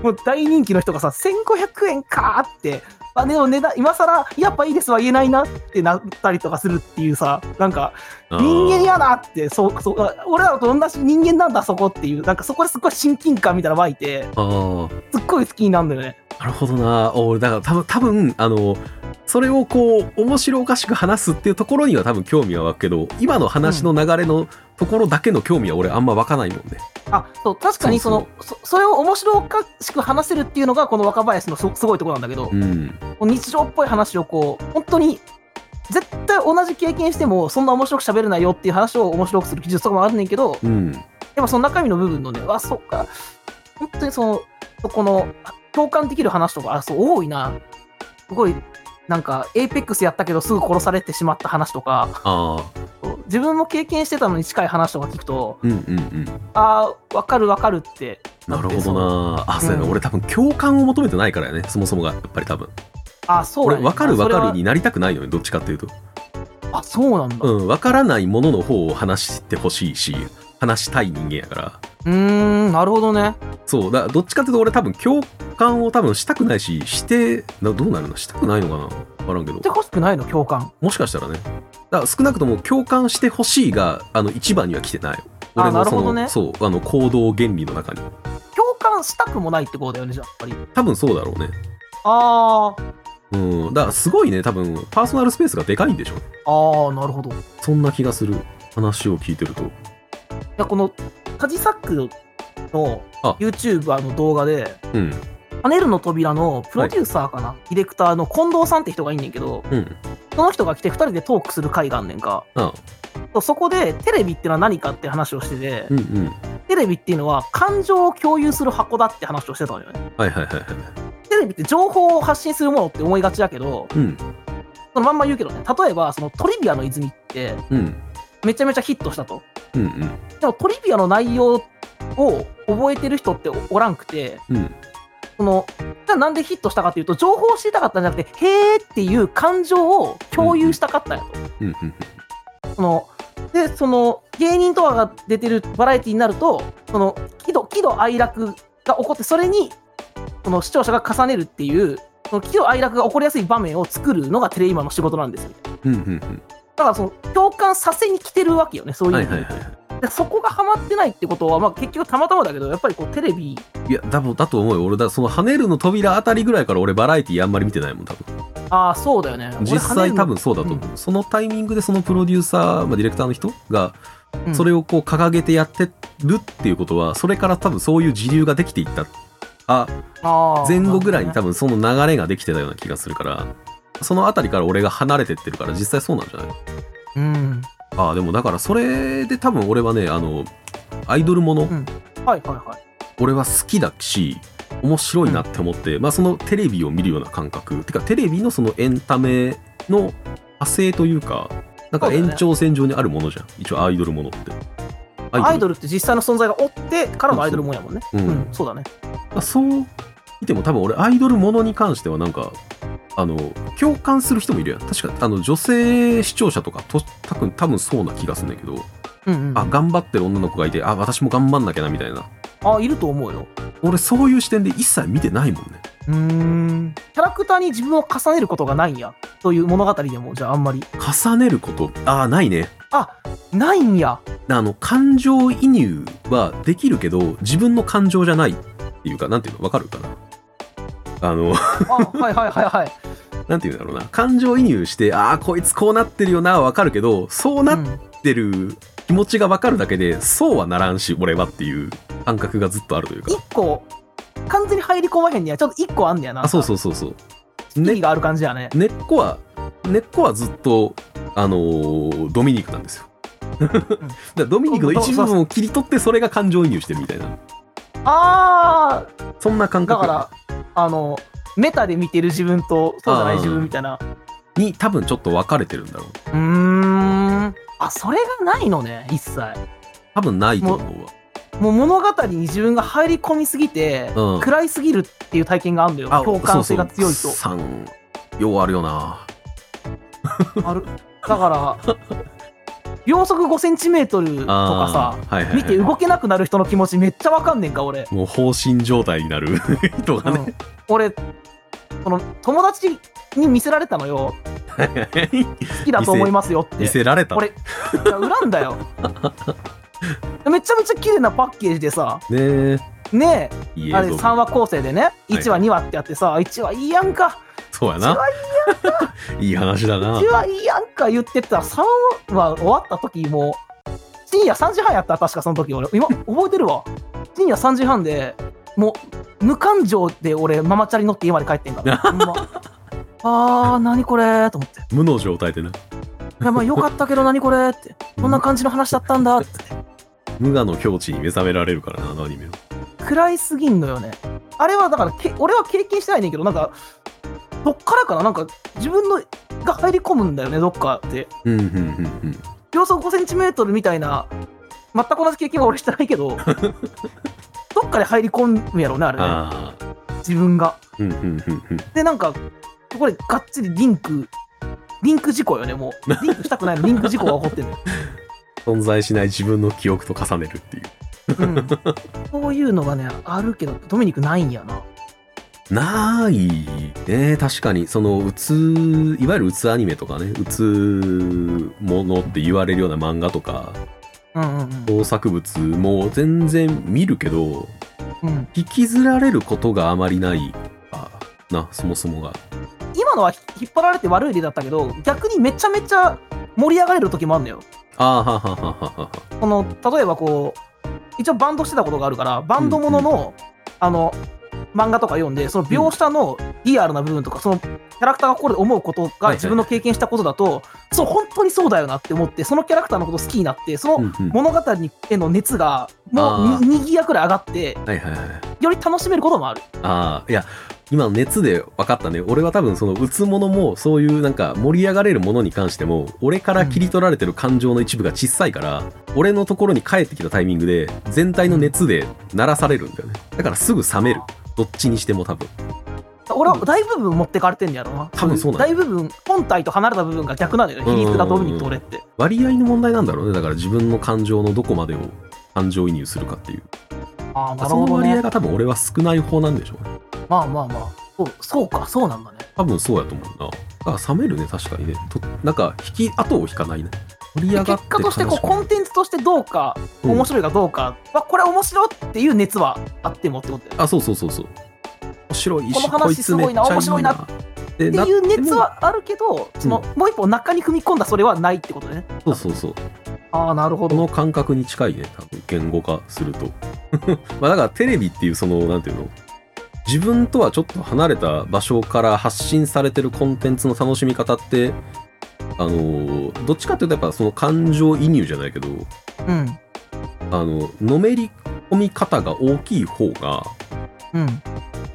A: もう大人気の人がさ、1500円かーって、あでも値段、今更、やっぱいいですは言えないなってなったりとかするっていうさ、なんか、
B: あー
A: 人間やなって、そう、そう、あ俺らと同じ人間なんだ、そこっていう、なんかそこですっごい親近感みたいなの湧いて、
B: ああ。
A: すっごい好きになるんだよね。
B: なるほどな。おだから多分、多分、あの、それをこう、面白おかしく話すっていうところには多分興味は湧くけど、今の話の流れのところだけの興味は俺あんま湧かないもんね。
A: あ、そう、確かにその、そそれを面白おかしく話せるっていうのが、この若林のすすごいところなんだけど、
B: うん。
A: こう日常っぽい話をこう、本当に、絶対同じ経験しても、そんな面白く喋れないよっていう話を面白くする技術とかもあるねんけど、
B: うん。
A: でもその中身の部分のね、あ、そっか、本当にその、そこの、共感できる話とか、あ、そう、多いな。すごい、なんか、エイペックスやったけど、すぐ殺されてしまった話とか、
B: ああ。
A: 自分も経験してたのに近い話とか聞くと、
B: うんうんうん。
A: あー、わかるわかるって
B: なる
A: って
B: ほど
A: そう
B: な。あ、そうやな。
A: うん
B: 俺多分共感を求めてないからやね。そもそもが、やっぱり多分。
A: あ、そう
B: 俺、
A: だね
B: わかるわかる。に
A: そ
B: なりたくないのよね。どっちかっていうと。
A: れはあ、そうなんだ。
B: う。
A: うん
B: わからないものの方を話してほしいし、話したい人間やから。
A: ーん、なるほどね。
B: そうだどっちかっていうと俺多分共感を多分したくないししてなどうなるのしたくないのかな分からんけど
A: してほしくないの、共感。
B: もしかしたらねだから少なくとも共感してほしいがあの一番には来てない
A: あ
B: 俺の
A: なる
B: そ
A: ほど
B: の、
A: ね
B: そうあの行動原理の中に
A: 共感したくもないってことだよね、じゃあ、やっぱり。
B: 多分そうだろうね
A: あー、
B: うんだからすごいね多分パーソナルスペースがでかいんでしょうね
A: あー、なるほど。
B: そんな気がする話を聞いてると
A: やこのカジサックの
B: あ
A: YouTuber の動画で
B: うん
A: パネルの扉のプロデューサーかな、ディレクターの近藤さんって人がいんねんけど
B: うん
A: その人が来て2人でトークする会があんねんか
B: あ
A: そうそこでテレビってのは何かって話をしてて、
B: うんうん
A: テレビっていうのは感情を共有する箱だって話をしてたのよね
B: はいはいはいはい
A: テレビって情報を発信するものって思いがちだけど
B: うん
A: そのまんま言うけどね例えばそのトリビアの泉って
B: うん
A: めちゃめちゃヒットしたと
B: うんうん
A: でもトリビアの内容を覚えてる人っておらんくて
B: うん
A: そのじゃあなんでヒットしたかっていうと情報を知りたかったんじゃなくてへーっていう感情を共有したかったんやと、
B: うんうん
A: そのでその芸人とかが出てるバラエティになるとその喜怒喜怒哀楽が起こってそれにその視聴者が重ねるっていうその喜怒哀楽が起こりやすい場面を作るのがテレビマンの仕事なんですよ
B: うんうんうん
A: だからその共感させに来てるわけよねそういう
B: は
A: の
B: い
A: に、
B: はいはい
A: でそこがハマってないってことは、まあ、結局たまたまだけどやっぱりこうテレビ
B: いやだだと思うよ俺だその跳ねるの扉あたりぐらいから俺バラエティーあんまり見てないもん多分
A: ああそうだよね俺
B: 実
A: 跳ね
B: 際
A: る
B: 多分そうだと思う、そのタイミングでそのプロデューサー、まあ、ディレクターの人が
A: うん
B: それをこう掲げてやってるっていうことはそれから多分そういう時流ができていったあ
A: あー
B: 前後ぐらいに
A: な
B: 多
A: る
B: 分その流れができてたような気がするからその辺りから俺が離れてってるから実際そうなんじゃない
A: ほどね
B: ああでもだからそれで多分俺はねあのアイドルもの、
A: んうんはいはいはい
B: 俺は好きだし面白いなって思って、まあそのテレビを見るような感覚てかテレビのそのエンタメの派生というかな
A: そう
B: んか
A: だね
B: 延長線上にあるものじゃん、一応アイドルものってア
A: アイドルって実際の存在がおってからのアイドルもんやもんね
B: うんそ
A: う
B: ううん
A: んそうだね
B: まあそう見ても多分俺アイドルものに関してはなんかあの共感する人もいるやん確かあの女性視聴者とかと多分多分そうな気がするんだけど、
A: うんうん
B: あ頑張ってる女の子がいてあ私も頑張んなきゃなみたいな
A: あいると思うよ
B: 俺そういう視点で一切見てないもんね
A: うーんキャラクターに自分を重ねることがないんやという物語でもじゃああんまり
B: 重ねることああないね
A: あないんや
B: あの感情移入はできるけど自分の感情じゃないっていうかなんていうのわかるかなあの [laughs]
A: あはいはいはいはい
B: なんていうんだろうな感情移入してああこいつこうなってるよなはわかるけどそうなっ
A: うん
B: ってる気持ちが分かるだけでそうはならんし俺はっていう感覚がずっとあるというか
A: 一個完全に入り込まへんねやちょっと一個あんねやな
B: あそう
A: う
B: そうそうそう
A: 意
B: ね
A: 味がある感じやね
B: 根っこは根っこはずっとあのードミニクなんですよ [laughs] だからドミニクの一部分を切り取ってそれが感情移入してるみたいな
A: ああ
B: そんな感
A: だか
B: 覚
A: らあのメタで見てる自分とそうじゃない
B: あー
A: 自分みたいな
B: に多分ちょっと分かれてるんだろう
A: うーんあそれがないのね一切
B: 多分ないと思うわ
A: もう物語に自分が入り込みすぎて、
B: うん
A: 暗いすぎるっていう体験があるんだよ
B: あ
A: 共感性が強いと
B: そうそう3ようあるよな
A: あるだから秒速5センチメートルとか
B: さ、はいはいは
A: さ
B: い
A: 見て動けなくなる人の気持ちめっちゃわかんねんか俺、
B: もう放心状態になる人が [laughs]
A: う
B: ね、
A: ん俺この友達に見せられたのよ好きだと思いますよって
B: 見せられた
A: 俺いや恨んだ
B: [laughs]
A: よめちゃめちゃ綺麗なパッケージでさ
B: ね
A: ね
B: えいい
A: え
B: 映
A: あれ
B: 像
A: 3話構成でね1話2話ってやってさ1話いいやんか
B: そうやな。いい話だな
A: う。はいいやんか言ってたら3話終わった時も深夜3時半やった確かその時俺今覚えてるわ深夜3時半でもう無感情で俺ママチャリ乗って家まで帰ってん [laughs] からほんまあー何これと思って
B: 無の状態でな。
A: いやまあよかったけど何これってこんな感じの話だったんだって
B: 無我の境地に目覚められるからな、あのアニメは。
A: 暗いすぎんのよねあれはだからけ俺は経験してないねんけどなんかどっからかななんか自分のが入り込むんだよねどっかって
B: うんうんうん
A: 秒速5センチメートルみたいな全く同じ経験は俺してないけ
B: [laughs]
A: どどっかで入り込むやろうねあ
B: うん。
A: れね
B: ああ。
A: 自分が
B: うんうんうんうん。
A: でなんかこれがっつりリンクリンク事故よねも
B: [laughs]
A: うリンクしたくないのリンク事故が起こってる、
B: 存在しない自分の記憶と重ねるっていう。
A: うん、そういうのがねあるけどドミニクないんやな
B: ないね確かにそのうついわゆるうつアニメとかねうつものって言われるような漫画とか
A: うんうん
B: 創作物も全然見るけど
A: うん、うん、
B: 引きずられることがあまりないあなそもそもが
A: 今のはひ引っ張られて悪い例だったけど逆にめちゃめちゃ盛り上がれる時もあるのよ
B: あーはははははは
A: この例えばこう一応バンドしてたことがあるからバンドものの,、あの漫画とか読んでその描写のリアルな部分とか、そのキャラクターが心で思うこと
B: いは
A: が
B: い
A: 自分の経験したことだと、そう本当にそうだよなって思ってそのキャラクターのこと好きになってそ
B: うんう
A: の
B: ん
A: 物語にへの熱がも
B: あ
A: うににぎやくらい上がって
B: はいはいはい
A: より楽しめることもある。
B: ああいや今の熱で分かったね俺は多分その打つものもそういうなんか盛り上がれるものに関しても俺から切り取られてる感情の一部が小さいから、俺のところに帰ってきたタイミングで全体の熱で鳴らされるんだよねだからすぐ冷めるどっちにしても多分
A: 俺は大部分持ってかれてんやろな。
B: 多分そうなんだ
A: 大部分、本体と離れた部分が逆なんだよね。比率がドミニクと俺って。
B: 割合の問題なんだろうねだから自分の感情のどこまでを感情移入するかっていう、
A: ああ、なる
B: そ
A: ほ
B: の
A: ど
B: 割合
A: ね。
B: が多分俺は少ない方なんでしょうね
A: まあまあまあ。そうそうか、そうなんだね。
B: 多分そうやと思うなだから冷めるね確かにねとなんか引き後を引かないね盛り上
A: 結
B: がって
A: 果としてこう
B: 悲しくな
A: コ
B: る
A: ンテンツとしてどうか、
B: うん
A: 面白いかどうか、まあ、これ面白いっていう熱はあってもってことだよ
B: あそうそうそうそう面白いし
A: この話
B: こいつめっちゃ
A: すごいな面白いな
B: って
A: っていう熱はあるけど、
B: ん
A: そのもう一歩中に踏み込んだそれはないってことね。
B: そうそうそう
A: ああ、なるほど。
B: この感覚に近いね多分言語化すると [laughs] まあだからテレビっていうそのなんていうの自分とはちょっと離れた場所から発信されてるコンテンツの楽しみ方ってあのーどっちかっていうとやっぱその感情移入じゃないけど
A: うん。
B: あののめり込み方が大きい方が
A: うん。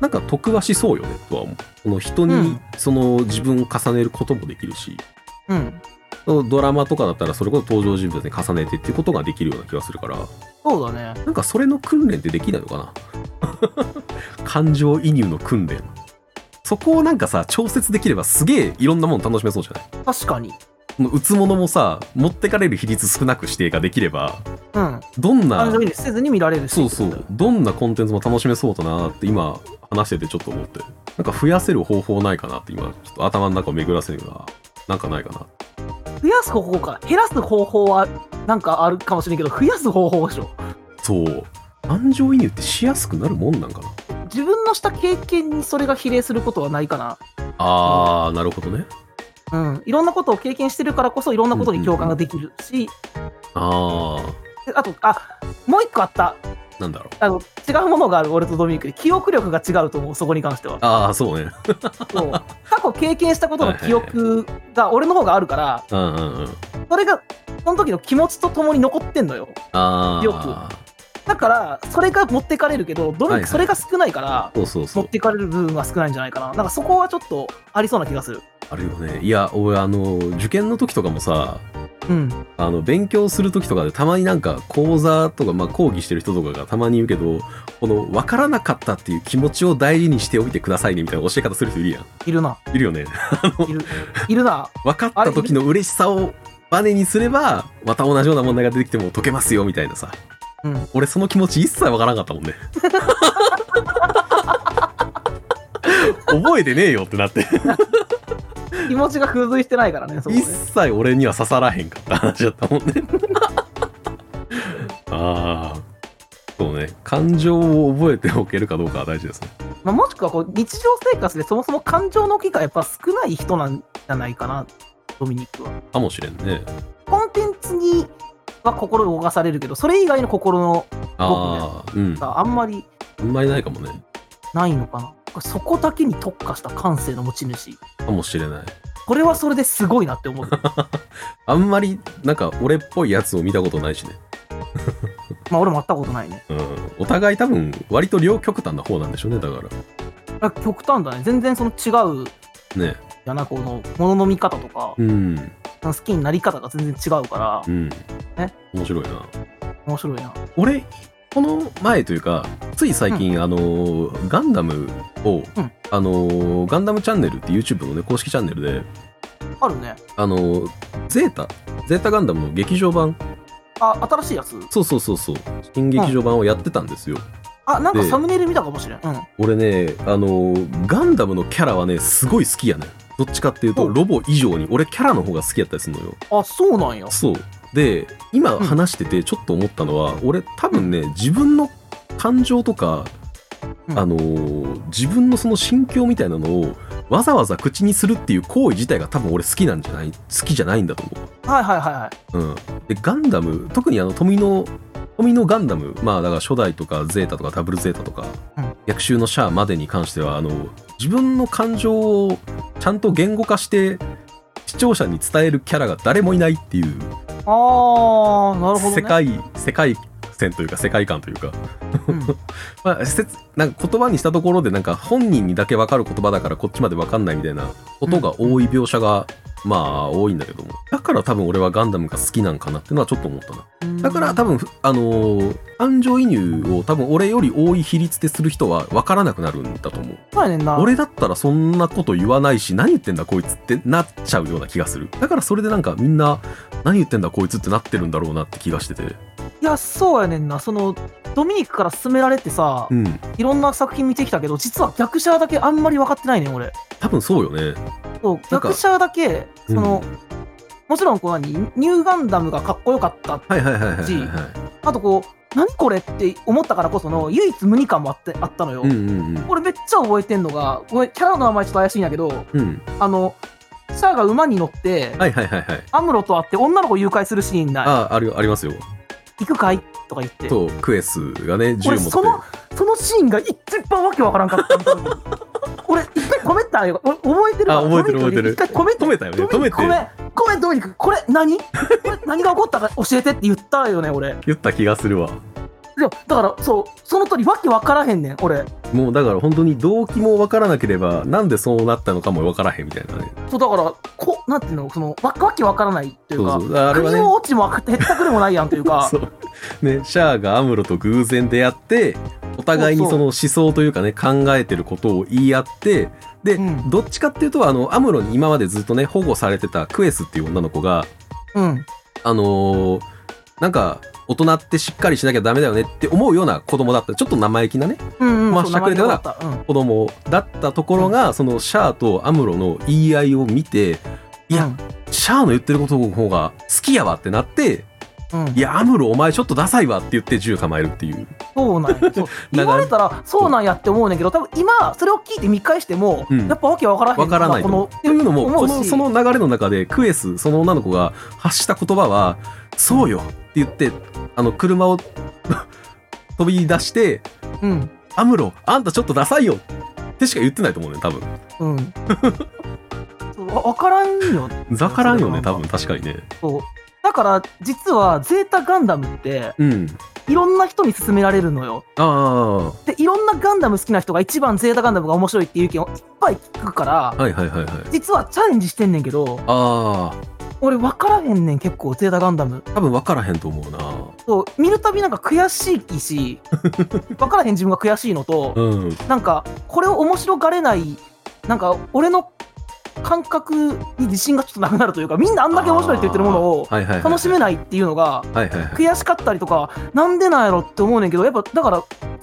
B: なんか得はしそうよねとは思うこの人
A: う
B: に
A: ん
B: その自分を重ねることもできるし、
A: うん。
B: ドラマとかだったらそれこそ登場人物に重ねてっていうことができるような気がするから
A: そうだね。
B: なんかそれの訓練ってできないの [laughs] かな感情移入の訓練そこをなんかさ調節できればすげえいろんなもの楽しめそうじゃない
A: 確かに。
B: この打つものもさ持ってかれる比率少なく指定ができれば
A: うん。
B: どんな
A: 感情移入せずに見られるし。
B: そうそうどんなコンテンツも楽しめそうだなって今話しててちょっと思ってなんか増やせる方法ないかなって今ちょっと頭の中を巡らせるようななんかないかな
A: 増やす方法か。減らす方法はなんかあるかもしれんけど、増やす方法でしょ。
B: そう感情移入ってしやすくなるもんなんかな
A: 自分のした経験にそれが比例することはないかな。
B: あーなるほどね
A: うん。いろんなことを経験してるからこそ、いろんなことに共感ができるし、
B: あ
A: であと、あもう一個あった。
B: あなんだろう。
A: あの違うものがある、俺とドミニクで、記憶力が違うと思う、そこに関しては
B: ああそうね
A: そう過去経験したことの記憶が俺の方があるから、
B: うんうんうん
A: それが、その時の気持ちとともに残ってんのよ。
B: ああ
A: よだから、それが持ってかれるけど、ドミニ
B: はいはい
A: クそれが少ないから、
B: そうそうそ
A: 持
B: う
A: ってかれる部分が少ないんじゃないかな。なんかそこはちょっとありそうな気がする。
B: あるよねいや俺あの受験の時とかもさ
A: うん。
B: あの勉強する時とかでたまになんか講座とか、まあ、講義してる人とかがたまに言うけどこの分からなかったっていう気持ちを大事にしておいてくださいねみたいな教え方する人いるやん
A: いるな。
B: いる [laughs] よね
A: いる。いるな。 [laughs]
B: 分かった時の嬉しさをバネにすればまた同じような問題が出てきても解けますよみたいなさ
A: うん。
B: 俺その気持ち一切わからなかったもんね覚えてねえよってなって
A: 気持ちが付随してないからね、そこね
B: 一。切俺には刺さらへんかった話だったもんね [laughs] ああそうね感情を覚えておけるかどうかは大事ですね
A: まあ、もしくはこう日常生活でそもそも感情の機会やっぱ少ない人なんじゃないかな、ドミニクは。
B: かもしれんね
A: コンテンツには心動かされるけど、それ以外の心の
B: ああうん
A: があんまり
B: あんまりないかもね
A: ないのかな。そこだけに特化した感性の持ち主。
B: かもしれない
A: これはそれですごいなって思う。 [laughs]
B: あんまりなんか俺っぽいやつを見たことないしね、
A: まあ俺も会ったことないね。
B: うん、お互い多分割と両極端な方なんでしょうねだか
A: あ極端だね。全然その違う、
B: らね
A: やな、この、ものの見方とか、
B: うん
A: 好きになり方が全然違うか
B: うん
A: え
B: 面白いな
A: ら、面白いな。
B: 俺この前というかつい最近、あのガンダムを、
A: うん
B: あのガンダムチャンネルって YouTube の、ね、公式チャンネルで
A: あるね。
B: あのゼータゼータガンダムの劇場版
A: あ、新しいやつ。
B: そうそうそうそう新劇場版をやってたんですよ、
A: あ、なんか
B: で
A: サムネイル見たかもしれん。うん。
B: 俺ねあのガンダムのキャラはねすごい好きやねどっちかっていうと
A: お
B: ロボ以上に俺キャラの方が好きやったりするのよ
A: あ、そうなんや。
B: そうで今話しててちょっと思ったのは、俺多分ね自分の感情とか
A: うん
B: あのー自分のその心境みたいなのをわざわざ口にするっていう行為自体が多分俺好きなんじゃない好きじゃないんだと思う。
A: はいはいはいはい。
B: うん、でガンダム特にあの富野富野ガンダムまあだから初代とかゼータとかダブルゼータとか、
A: うん
B: 逆襲のシャアまでに関してはあの自分の感情をちゃんと言語化して視聴者に伝えるキャラが誰もいないっていう
A: ああ、なるほど、ね。
B: 世界、世界線というか世界観というか、
A: うん
B: まあ、せつなんか言葉にしたところでなんか本人にだけ分かる言葉だからこっちまで分かんないみたいなことが多い描写が、まあ多いんだけどもだから多分俺はガンダムが好きなんかなっていうのはちょっと思ったな。だから多分、あのー感情移入を多分俺より多い比率でする人は分からなくなるんだと思う。
A: そうやねんな。
B: 俺だったらそんなこと言わないし、何言ってんだこいつってなっちゃうような気がする。だからそれでなんかみんな、何言ってんだこいつってなってるんだろうなって気がしてて。
A: いや、そうやねんな。その、ドミニクから勧められてさ
B: う、ん。
A: いろんな作品見てきたけど、実は逆者だけあんまり分かってないねん、俺。
B: 多分そうよね。
A: そう、
B: なんか
A: 逆者だけ、その、もちろんこう何、ニューガンダムがかっこよかった。
B: はいはいはいはいはい、
A: G
B: は
A: あとこう、何これって思ったからこその、唯一無二感もあってあったのよ。
B: い。うんうんうん。
A: 俺めっちゃ覚えてんのが、ごめん、キャラの名前ちょっと怪しいんだけど、
B: うん。
A: あの、シャアが馬に乗って、
B: はいはいはいはい。
A: アムロと会って女の子を誘拐するシーンな
B: ああ、あるよありますよ。
A: い。行くかいとか言って。
B: と、クエスがね、銃持
A: 俺
B: って。
A: そのそのシーンが一番わけわからんかった。
B: [laughs]
A: 俺、一回コメントあれ俺覚えてるわ
B: あ覚えてる
A: ドミニク
B: 覚えてる
A: 一回コメント
B: 止めたよね。止め
A: ごめ
B: て
A: ん、ごめん、ドミニク、これ何、これ何が起こったか教えてって言ったよね、俺。い
B: 言った気がするわ。
A: や、だから、そう、その通り、わけわからへんねん、俺。
B: もうだから本当に動機も分からなければなんでそうなったのかも分からへんみたいなね
A: そう、だから、こなんていうの、その、わわけわからないってい
B: そう
A: か、
B: うそうあれは
A: 国
B: ね
A: も落ちもへったくれもないやんというか、
B: [laughs] そうねシャアがアムロと偶然出会ってお互いにその思想というかね考えてることを言い合ってで、
A: うん
B: どっちかっていうとあのアムロに今までずっとね保護されてたクエスっていう女の子が
A: うん。
B: あのーなんか大人ってしっかりしなきゃダメだよねって思うような子供だったちょっと生意気なね
A: うん、うん、
B: まあ
A: そう
B: しゃくれた
A: 名
B: な
A: 前が良かったうん。
B: 子供だったところが、そのシャアとアムロの言い合いを見ていや、
A: う
B: シャアの言ってることの方が好きやわってなって、
A: ん、うん
B: いや、アムロお前ちょっとダサいわって言って銃構えるっていう。
A: そうなんや
B: [laughs]
A: そう言われたらそうなんやって思うねんけど多分今それを聞いて見返しても、
B: うん
A: やっぱわけわからへん
B: わからないと
A: こ
B: 思う。
A: の
B: というのも、
A: 思
B: こ
A: うし
B: のその流れの中で、クエス、その女の子が発した言葉は、そうよって言って、あの、車を [laughs] 飛び出して、
A: うん
B: アムロ、あんたちょっとダサいよってしか言ってないと思うね、多分。
A: うん [laughs] そうわわからんよ
B: ざからんよね、
A: それ
B: 多
A: は
B: 分、確かにね。
A: そうだから実はゼータガンダムって
B: うん。
A: いろんな人に勧められるのよ
B: あ
A: でいろんなガンダム好きな人が一番ゼータガンダムが面白いっていう意見をいっぱい聞くから
B: あ、はいはいはいはい。
A: 実はチャレンジしてんねんけど
B: あ
A: 俺わからへんねん結構ゼータガンダム
B: あ、多分分からへんと思うな。
A: そう見るたびなんか悔しい
B: [laughs]
A: しわからへん自分が悔しいのと、
B: うん。
A: なんかこれを面白がれないなんか俺の感覚に自信がちょっとなくなるというかみんなあんだけ面白いって言ってるものを
B: あーはいはいはいはい
A: 楽しめないっていうのが
B: はいはいはい。
A: 悔しかったりとかなんでなんやろって思うねんけどやっぱだから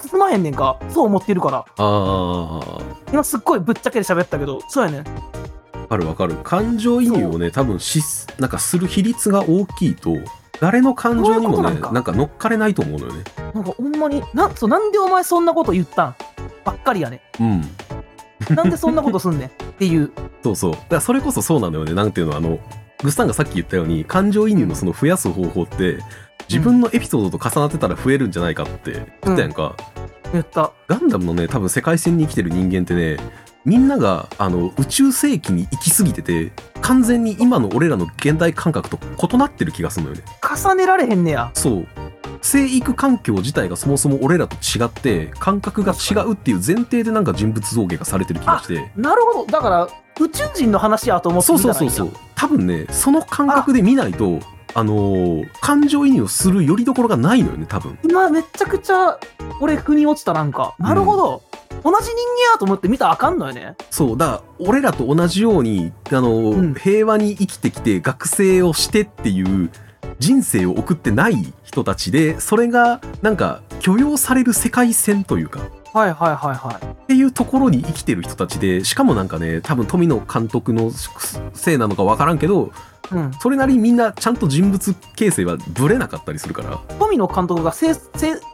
A: 進まへんねんかそう思ってるから
B: ああ。
A: 今すっごいぶっちゃけで喋ったけどそうやねん
B: わかるわかる感情移入をね多分しなんかする比率が大きいと誰の感情
A: そうい
B: にも
A: うことな
B: ね
A: ん
B: な
A: か
B: んか乗っかれないと思うのよね
A: なんかほんまになそうなんでお前そんなこと言ったんばっかりやね
B: うん
A: んなんでそんなことすんねんっていう
B: そうそうだからそれこそそうなのよねなんていうのあのグスタンがさっき言ったように感情移入のその増やす方法って自分のエピソードと重なってたら増えるんじゃないかって [laughs] 言ったやんか、
A: 言った
B: ガンダムのね多分世界線に生きてる人間ってねみんながあの宇宙世紀に行き過ぎてて完全に今の俺らの現代感覚と異なってる気がするのよね
A: 重ねられへんねや
B: そう生育環境自体がそもそも俺らと違って感覚が違うっていう前提でなんか人物造形がされてる気がして
A: なるほどだから宇宙人の話やと思って
B: そう
A: 見た
B: そう
A: らいい
B: そ
A: ん
B: う
A: だ
B: そう多分ねその感覚で見ないとあのー感情移入をするよりどころがないのよね多分
A: 今めちゃくちゃ俺腑に落ちたなんかなるほど、同じ人間やと思って見たらあかんのよね
B: そうだから俺らと同じようにあのー、
A: うん
B: 平和に生きてきて学生をしてっていう人生を送ってない人たちでそれがなんか許容される世界線というか
A: はいはいはいはい。
B: っていうところに生きてる人たちでしかもなんかね多分富野監督のせいなのか分からんけど
A: うん、
B: それなりにみんなちゃんと人物形成はブレなかったりするから
A: 富野監督がせせ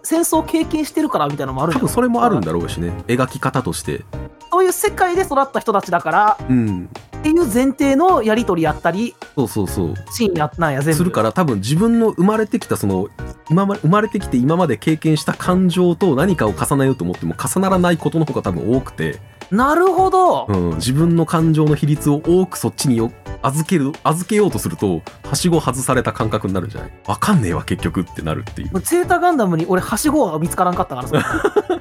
A: 戦争を経験してるからみたいなのもあるんじゃ
B: 多分
A: ない
B: それもあるんだろうしね描き方として
A: そういう世界で育った人たちだから
B: うん
A: っていう前提のやり取りやったり、
B: そうそうそう
A: シーンやったんや、全部。
B: するから多分自分の生まれてきたその今ま生まれてきて今まで経験した感情と何かを重ねようと思っても重ならないことの方が多分多くて、
A: なるほど、
B: うん、自分の感情の比率を多くそっちによ預ける預けようとするとはしご外された感覚になるんじゃないわかんねえわ結局ってなるっていう
A: ゼータガンダムに俺、はしごは見つからんかったから、それ
B: [laughs]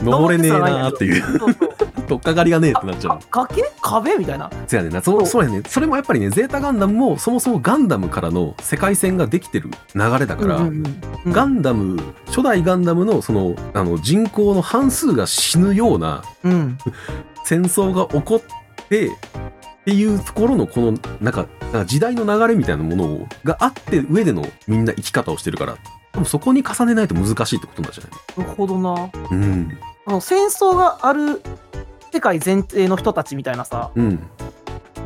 B: 登れねえなーってい
A: [laughs]
B: う
A: そうそう
B: 取っかかりがねえってなっちゃ
A: が
B: う
A: 崖壁みたいな。
B: そやねんなそそうやねんそれもやっぱりねゼータガンダムもそもそもガンダムからの世界線ができてる流れだから、
A: うんうんうん
B: ガンダム初代ガンダムのそのあの人口の半数が死ぬような
A: うん、
B: 戦争が起こってっていうところのこのなんかなんか時代の流れみたいなものをがあって上でのみんな生き方をしてるからでもそこに重ねないと難しいってことなんじゃない
A: なるほどな。
B: うん
A: あの戦争がある世界前提の人たちみたいなさ、
B: うん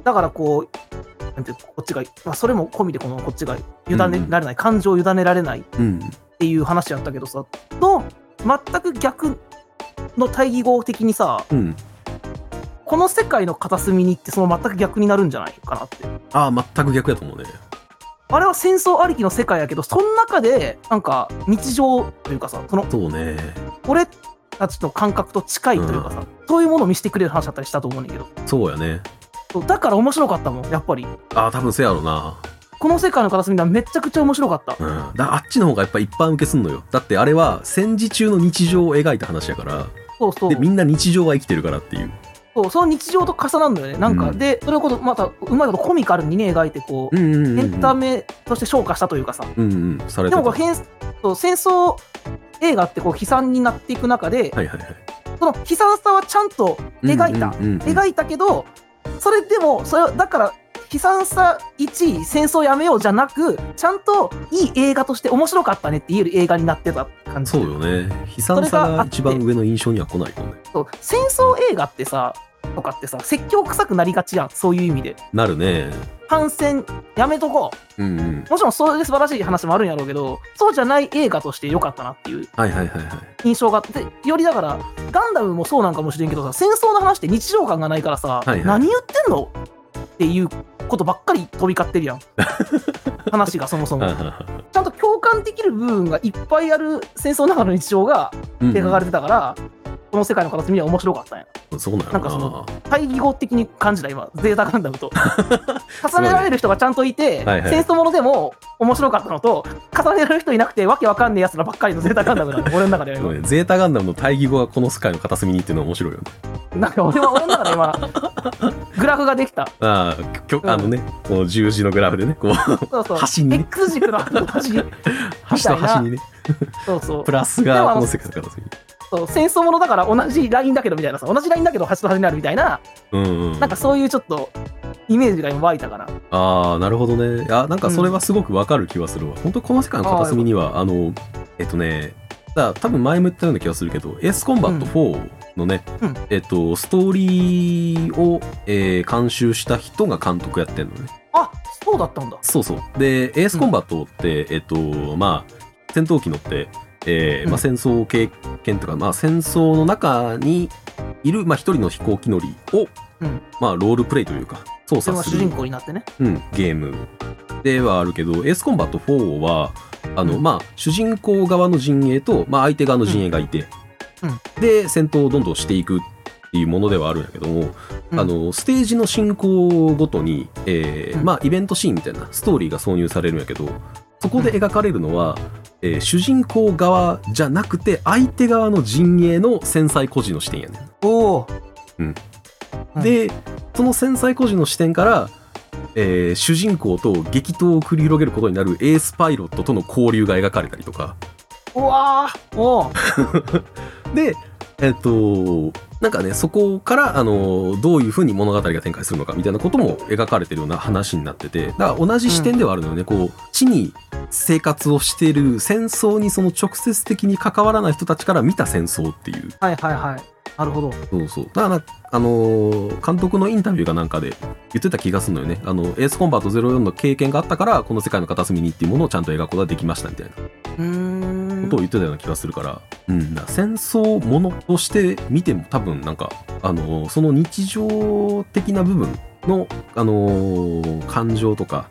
A: だからこう、なんていうのこっちが、まあ、それも込みでこのこっちが委ねられ
B: うん
A: ない、感情を委ねられないっ
B: うん
A: ていう話やったけどさ、と全く逆の対義語的にさ、
B: うん
A: この世界の片隅に行って、その全く逆になるんじゃないかなって。
B: ああ全く逆やと思うね
A: あれは戦争ありきの世界やけど、その中で、なんか日常というかさ、その
B: そうね
A: 俺たちの感覚と近いというかさ、そういうものを見せてくれる話だったりしたと思うんだけど
B: そうやね
A: そうだから面白かったもんやっぱり
B: ああ多分せやろな
A: この世界の片隅ではめちゃくちゃ面白かった
B: うんだあっちの方がやっぱ一般受けすんのよだってあれは戦時中の日常を描いた話やから
A: そうそう
B: でみんな日常は生きてるからっていう
A: そうその日常と重なるのよねなんか、
B: うん
A: でそれをこそまたうまいことコミカルにね描いてこう、
B: うんうんうんう
A: エンタ
B: ん
A: メとして昇華したというかさ
B: うんうんされ
A: で
B: て
A: もこう
B: たはい
A: 変そう戦争映画ってこう悲惨になっていく中で、
B: はいはい
A: その悲惨さはちゃんと描いた、
B: うんうんうんうん
A: 描いたけどそれでもそれだから悲惨さ1位戦争やめようじゃなくちゃんといい映画として面白かったねって言える映画になってた感じ
B: そうよね悲惨さが一番上の印象には来ないもんね
A: そう戦争映画ってさとかってさ説教臭くなりがちやんそういう意味で
B: なるね
A: 反戦やめとこ
B: うんうん
A: うもちろんそういう素晴らしい話もあるんやろうけどそうじゃない映画として良かったなっていう
B: はいはいはいはい
A: 印象があってよりだからガンダムもそうなんかもしれんけどさ戦争の話って日常感がないからさ、
B: はいはい
A: 何言ってんのっていうことばっかり飛び交ってる
B: [laughs]
A: やん話がそもそ
B: はい
A: も
B: はいは
A: ちゃんと共感できる部分がいっぱいある戦争の中の日常が
B: いうん
A: 描かれてたから、この世界の片隅には面白かったんや
B: そうなの
A: な
B: なん
A: かその対義語的に感じた今ゼータガンダム
B: [laughs]
A: と重ねられる人がちゃんといて
B: はいはい
A: 戦争ものでも面白かったのと重ねられる人いなくてわけわかんねえやつらばっかりのゼータガンダムなんで俺の中では
B: す
A: 今
B: ごいねゼータガンダムの対義語がこの世界の片隅にっていうのは面白いよね
A: なんか俺は俺の中で今、
B: [laughs]
A: グラフができた。
B: ああきょあのねこう十字のグラフでねこう
A: そうそう。
B: 端にね
A: X 軸の端に。
B: [laughs] 端と端にね
A: そうそう
B: プ。ラス
A: でも
B: が
A: あの
B: この世界の片隅
A: そう戦争ものだから同じラインだけどみたいなさ、同じラインだけど端と端になるみたいな、
B: うんうん
A: なんかそういうちょっとイメージが今湧いたから。
B: ああなるほどねあなんかそれはすごくわかる気はするわ、本当この世界の片隅にはあのえっとねだ多分前も言ったような気がするけど「エースコンバット4」のね、
A: うん
B: えっと、ストーリーを、えー監修した人が監督やってんのね
A: あそうだったんだ。
B: そうそうで「エースコンバット」って、えっとまあ戦闘機乗って、えーま
A: う
B: あ、
A: ん
B: 戦争経験とか、まあ、戦争の中にいる、まあ、一人の飛行機乗りを、
A: うん
B: まあ、ロールプレイというか操
A: それ
B: 作
A: が
B: す
A: 主
B: る
A: 人公になってね。
B: うん、ゲームではあるけど、エースコンバット4は、あの、
A: うん
B: まあ、主人公側の陣営と、まあ、相手側の陣営がいて、
A: うんうん
B: で、戦闘をどんどんしていくっていうものではあるんやけども、
A: うん
B: あの、ステージの進行ごとに、えー
A: うん
B: まあ、イベントシーンみたいなストーリーが挿入されるんやけど、そこで描かれるのは、えー主人公側じゃなくて、相手側の陣営の繊細孤児の視点やねん。
A: おお。うん
B: でその繊細孤児の視点から、えー主人公と激闘を繰り広げることになるエースパイロットとの交流が描かれたりとか
A: うわーおお。
B: でえっと、なんかね、そこから、あの、どういうふうに物語が展開するのかみたいなことも描かれてるような話になってて、だから同じ視点ではあるのよね、こう、地に生活をしている戦争にその直接的に関わらない人たちから見た戦争っていう。
A: はいはいはい。なるほど。
B: そうそう。だからな、あのー監督のインタビューかなんかで言ってた気がするのよね。あの、エースコンバート04の経験があったから、この世界の片隅にっていうものをちゃんと描くことができましたみたいなこ
A: うーん
B: とを。言ってたような気がするから、うん、だから戦争をものとして見ても多分なんか、あのーその日常的な部分の、あのー感情とか、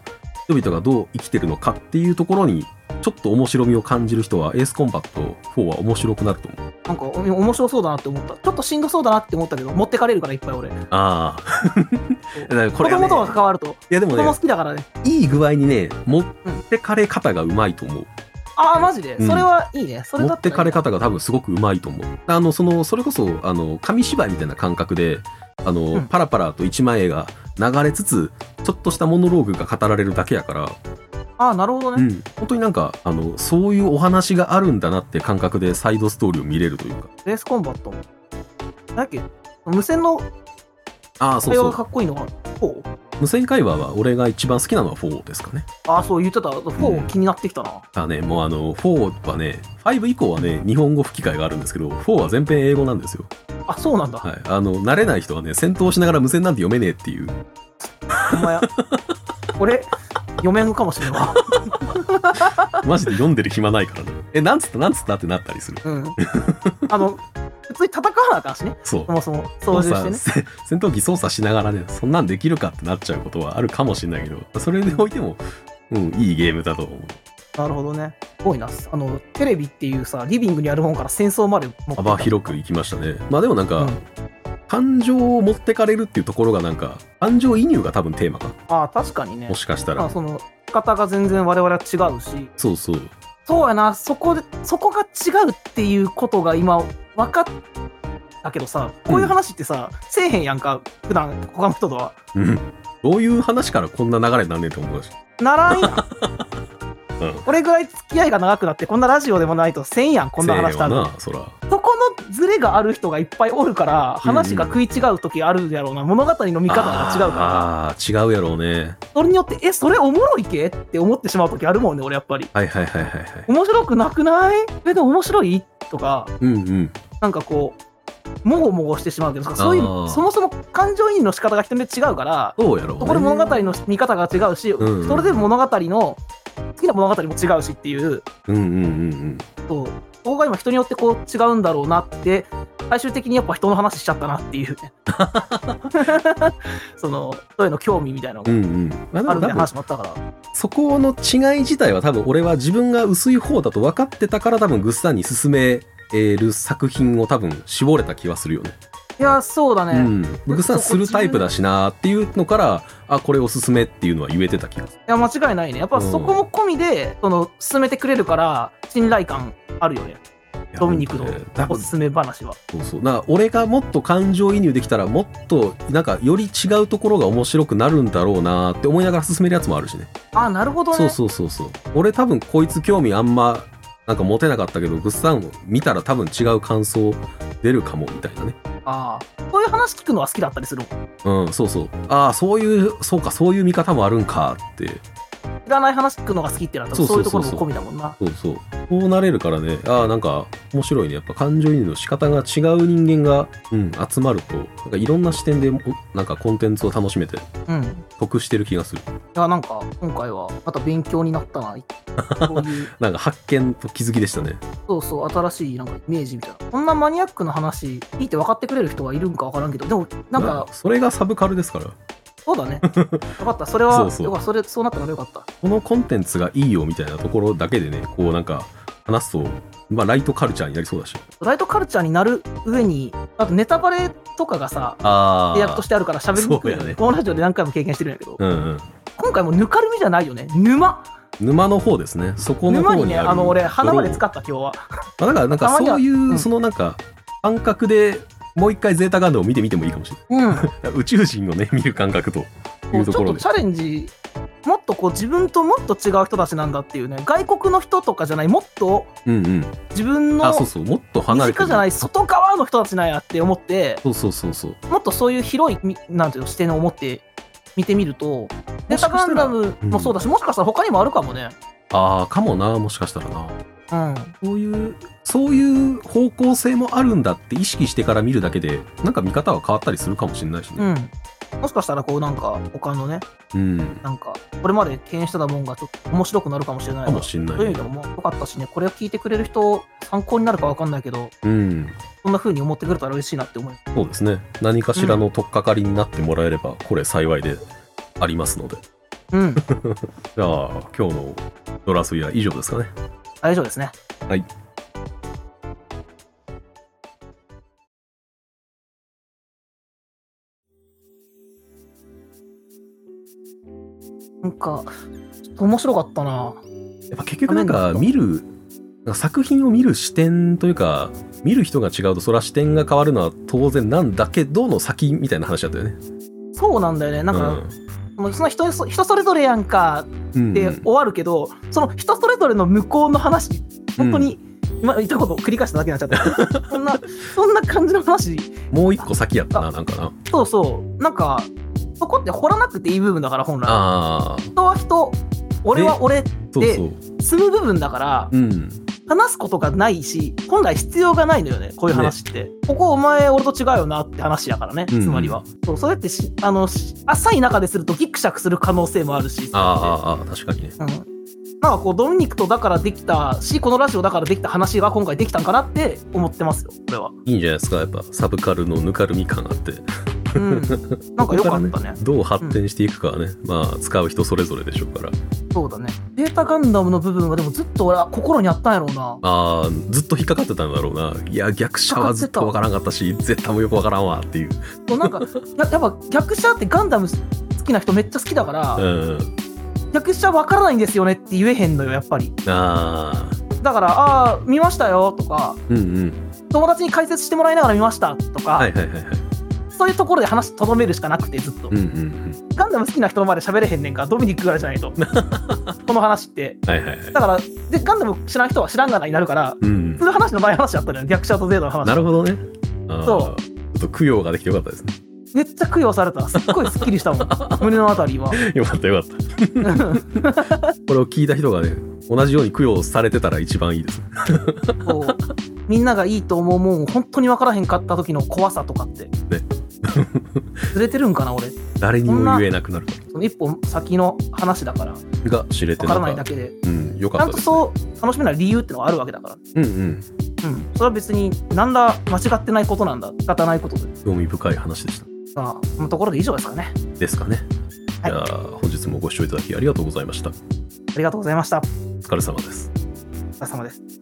B: 人々がどう生きてるのかっていうところに、ちょっと面白みを感じる人は、エースコンバット4は面白くなると思う。
A: なんかお面白そうだなって思った。ちょっとしんどそうだなって思ったけど、持ってかれるからいっぱい俺。
B: ああ。 [laughs] だからこ
A: 子
B: れがね
A: 供とは関わると。
B: いやでも
A: 子
B: ね
A: 供、好きだからね。
B: いい具合にね、持ってかれ方がうまいと思う。
A: ああ、マジで。
B: うん
A: それはいいね。それ
B: 持
A: だ
B: っ
A: った
B: て
A: ら
B: かれ方が多分すごくうまいと思う。あの、その、それこそ、あの、紙芝居みたいな感覚で、あの、
A: うん
B: パラパラと一枚絵が流れつつ、ちょっとしたモノローグが語られるだけやから、
A: ああ、なるほど
B: う
A: ね。
B: ん、本当になんか、あの、そういうお話があるんだなって感覚でサイドストーリーを見れるというか。
A: レースコンバットも。だっけ無線の
B: ああ、そう
A: 会
B: そ
A: 話がか
B: う。
A: っこいいのが、フォー
B: 無線会話は俺が一番好きなのは4ですかね。
A: ああ、そう言ってた。フォ
B: うん
A: ー気になってきたな。
B: あね、もうあの、4はね、5以降はね、日本語吹き替えがあるんですけど、4は全編英語なんですよ。
A: あ、そうなんだ。
B: はい、あの慣れない人はね戦闘しながら無線なんて読めねえっていう
A: ほんま
B: [laughs]
A: や。俺、読めんかもしれんわ。
B: マジで読んでる暇ないからね [laughs] えなんつったなんつったってなったりする
A: うん。あの、普通に戦わなあかんしね。
B: そう
A: そもそも、操
B: 操
A: 縦して
B: 作
A: ね。
B: せ戦闘機操作しながらねそんなんできるかってなっちゃうことはあるかもしれないけどそれでおいても、うん、いいゲームだと思う
A: なるほどね。すごいな。あの、テレビっていうさ、リビングにある本から戦争まで持ってた
B: 幅広くいきましたねまあでもなんか、
A: うん
B: 感情を持ってかれるっていうところがなんか感情移入が多分テーマか
A: ああ、確かにね
B: も。しかした
A: まあ、
B: ら
A: その、仕方が全然我々は違うし、
B: そうそう
A: そうやな、そこで、そこが違うっていうことが今、分かったけどさ、こういう話ってさ、せえへんやんか、普段他の人とは。
B: うんどういう話からこんな流れになんねえと思うし
A: ならんやん
B: [laughs] うん。
A: これぐらい付き合いが長くなって、こんなラジオでもないとせんやん、こんな話
B: せ
A: 多
B: ー
A: 分
B: よなそら
A: そこのズレがある人がいっぱいおるから、話が食い違う時あるやろうな、物語の見方が違うから、
B: あー違うやろうね
A: それによって、え、それおもろいけって思ってしまう時あるもんね、俺やっぱり。
B: はいはいはいはいはい。
A: 面白くなくないえ、でも面白いとか、
B: うんうん。
A: なんかこう、もごもごしてしまうけど、そういう、
B: あー
A: そもそも感情移入の仕方が人によって違うから、
B: そうやろう、ね。
A: そこで物語の見方が違うし、
B: うん
A: それで物語の、好きな物語も違うしっていう、
B: うんうんうんうん。
A: そう、ここが今人によってこう違うんだろうなって、最終的にやっぱ人の話しちゃったなって
B: [laughs]
A: いうね。その、人への興味みたいなの
B: う
A: が
B: んうん。まあで
A: あるみたいな
B: も多分
A: 話もあったから。
B: そこの違い自体は多分俺は自分が薄い方だと分かってたから多分ぐっさんに進める作品を多分絞れた気はするよね。
A: いや、そうだね。
B: う
A: い
B: ん。ぐっさんするタイプだしなーっていうのから、あ、これおすすめっていうのは言えてた気がする。
A: や、間違いないね。やっぱそこも込みで、その、進めてくれるから、信頼感あるよね。ドミニクの
B: 多分
A: おすすめ話は。
B: そうそう。だから俺がもっと感情移入できたらもっとなんかより違うところが面白くなるんだろうなーって思いながら進めるやつもあるしね。
A: あ、なるほどね。
B: そうそうそうそう俺多分こいつ興味あんまなんか持てなかったけどグッサンを見たら多分違う感想出るかもみたいなね
A: ああ。そういう話聞くのは好きだったりするもん。
B: うんそうそうああそういうそうかそういう見方もあるんかって
A: 知らない話聞くのが好きってなったら、
B: そう
A: そ
B: そう
A: いううと
B: そ
A: こ
B: う
A: ろ
B: そう
A: も込みだもんな。
B: そうそうこうなれるからねああなんか面白いねやっぱ感情移入の仕方が違う人間が、うん、集まるとなんかいろんな視点でもなんかコンテンツを楽しめて
A: うん。い
B: 得してる気がする
A: や、なんか、今回は、また勉強になったな。そういう。 [laughs]
B: なんか発見と気づきでしたね
A: そうそう、新しいなんかイメージみたいな。こんなマニアックな話、聞いて分かってくれる人はいるんか分からんけど、でも、なん
B: ま
A: か
B: あ、それがサブカルですから
A: そう
B: [laughs]
A: だね。よかった、それは、
B: そうそう
A: よかったそれそうなったからよかった。
B: このコンテンツがいいよみたいなところだけでねこうなんか話すと、まあ、ライトカルチャーになりそうだし
A: ライトカルチャーになる上に、あとネタバレとかがさ、
B: あ
A: 契約としてあるから喋りにくいよ
B: そうやね
A: このラジオで何回も経験してるんやけど、
B: うんうん
A: 今回もぬかるみじゃないよね。沼。
B: 沼の方ですねそこの
A: 沼
B: 方
A: に
B: に
A: ね、
B: ある
A: あの、俺、花まで使
B: っ
A: った今日は。
B: ただからなんか
A: たまには
B: そういう、
A: うん
B: そのなんか感覚でもう一回ゼータガンダムを [laughs] 見てみてもいいかもしれ
A: うん。 [laughs]
B: ない宇宙人をね見る感覚とい
A: も
B: う
A: うち
B: と
A: ょ
B: こ
A: っと
B: ろで
A: チャレンジもっとこう自分ともっと違う人たちなんだっていうね外国の人とかじゃないもっと
B: うんうん
A: 自分の
B: あそうそうもっと
A: 身
B: 離れて
A: 近じゃない外側の人たちなんやって思って
B: そうそうそうそう
A: もっとそういう広いみなんていうの視点を持って見てみるとデータガンダムもそうだしもしかしたら他にもあるかもね
B: ああかもなもしかしたらな
A: うん
B: そういうそういう方向性もあるんだって意識してから見るだけでなんか見方が変わったりするかもしれないし
A: う
B: ね
A: んもしかしたらこうなんか他のね
B: うん、
A: なんかこれまで敬遠してたもんがちょっと面白くなるかもしれない
B: か
A: わ
B: もしれ
A: そういう
B: な
A: 意
B: い
A: 味でももう良かったしねこれを聞いてくれる人参考になるかわかんないけど
B: うん
A: そんな風に思ってくれたら嬉しいなって思います
B: そうですね何かしらの取っかかりになってもらえればこれ幸いでありますので
A: [laughs] うん
B: じゃあ今日のドラスイは以上ですかね
A: 大丈夫ですね
B: はい
A: なんかちょっと面白かったな
B: やっぱ結局なんか見るなんか作品を見る視点というか見る人が違うとそれは視点が変わるのは当然なんだけどの先みたいな話だったよね。
A: そうなんだよねなんか、もうその人そ人それぞれやんか
B: うんうん
A: って終わるけど、その人それぞれの向こうの話本当に、今言ったことを繰り返しただけになっちゃった [laughs] そんなそんな感じの話
B: もう一個先やったななんかな。
A: そうそうなんかそこって掘らなくていい部分だから本来
B: ああ
A: 人は人俺は俺
B: そうそう。
A: 住む部分だから
B: うん
A: 話すことがないし本来必要がないのよねこういう話って、ここお前俺と違うよなって話やからね
B: う
A: つ
B: ん
A: まりは、そうそれってしあのし浅い中でするとギクシャクする可能性もあるし
B: あーあーあー確かにね。
A: うん、なんかこうドミニクとだからできたしこのラジオだからできた話が今回できたんかなって思ってますよこれは、
B: いいんじゃないですかやっぱサブカルのぬかるみ感あって
A: うん、なんか良かったね
B: どう発展していくかはね、まあ使う人それぞれでしょうから
A: そうだねデータガンダムの部分はでもずっと俺は心にあったんやろうな
B: あーずっと引っかかってたんだろうないや逆者はずっとわからんかったし絶対もよくわからんわっていう。
A: そうなんか [laughs] ややっぱ逆者ってガンダム好きな人めっちゃ好きだから、
B: うん
A: 逆者わからないんですよねって言えへんのよやっぱり
B: ああ
A: だから「ああー見ましたよ」とか
B: うんうん
A: 友達に解説してもらいながら見ましたとか、
B: はいはいはいはい
A: そういうところで話とどめるしかなくてずっと、
B: うんうんうん
A: ガンダム好きな人の前で喋れへんねんからドミニクぐらいじゃない
B: [laughs]
A: とこの話って
B: はいはいはい
A: だからでガンダム知らん人は知らんがなになるから
B: うん
A: そういう話の前話だったのよ逆者とゼータの話
B: なるほどねあー
A: そう
B: ちょっと供養ができてよかったですね [laughs]
A: めっちゃ供養されたすっごいスッキリしたもん胸のあたり
B: [laughs]
A: は
B: よかったよかったこれを聞いた人がね同じように供養されてたら一番いいですね
A: そうみんながいいと思うもんを本当に分からへんかった時の怖さとかって
B: ね
A: [laughs] ずれてるんかな俺
B: 誰にも言えなくなる
A: その一歩先の話だから分
B: が知れて
A: か
B: な
A: ら
B: ん
A: ないだ
B: か
A: けで
B: うんよ
A: ち
B: か
A: ゃ
B: っ
A: んと
B: たですね
A: そう楽しめない理由ってのがあるわけだから
B: うんうん
A: うんそれは別になんだ間違ってないことなんだ仕方ないことで
B: 興味深い話でした
A: まあこのところで以上ですかね
B: ですかね
A: は
B: じ
A: い
B: ゃあ本日もご視聴いただきありがとうございました
A: あ
B: お
A: りがとうございました
B: 疲れ様です
A: お疲れ様です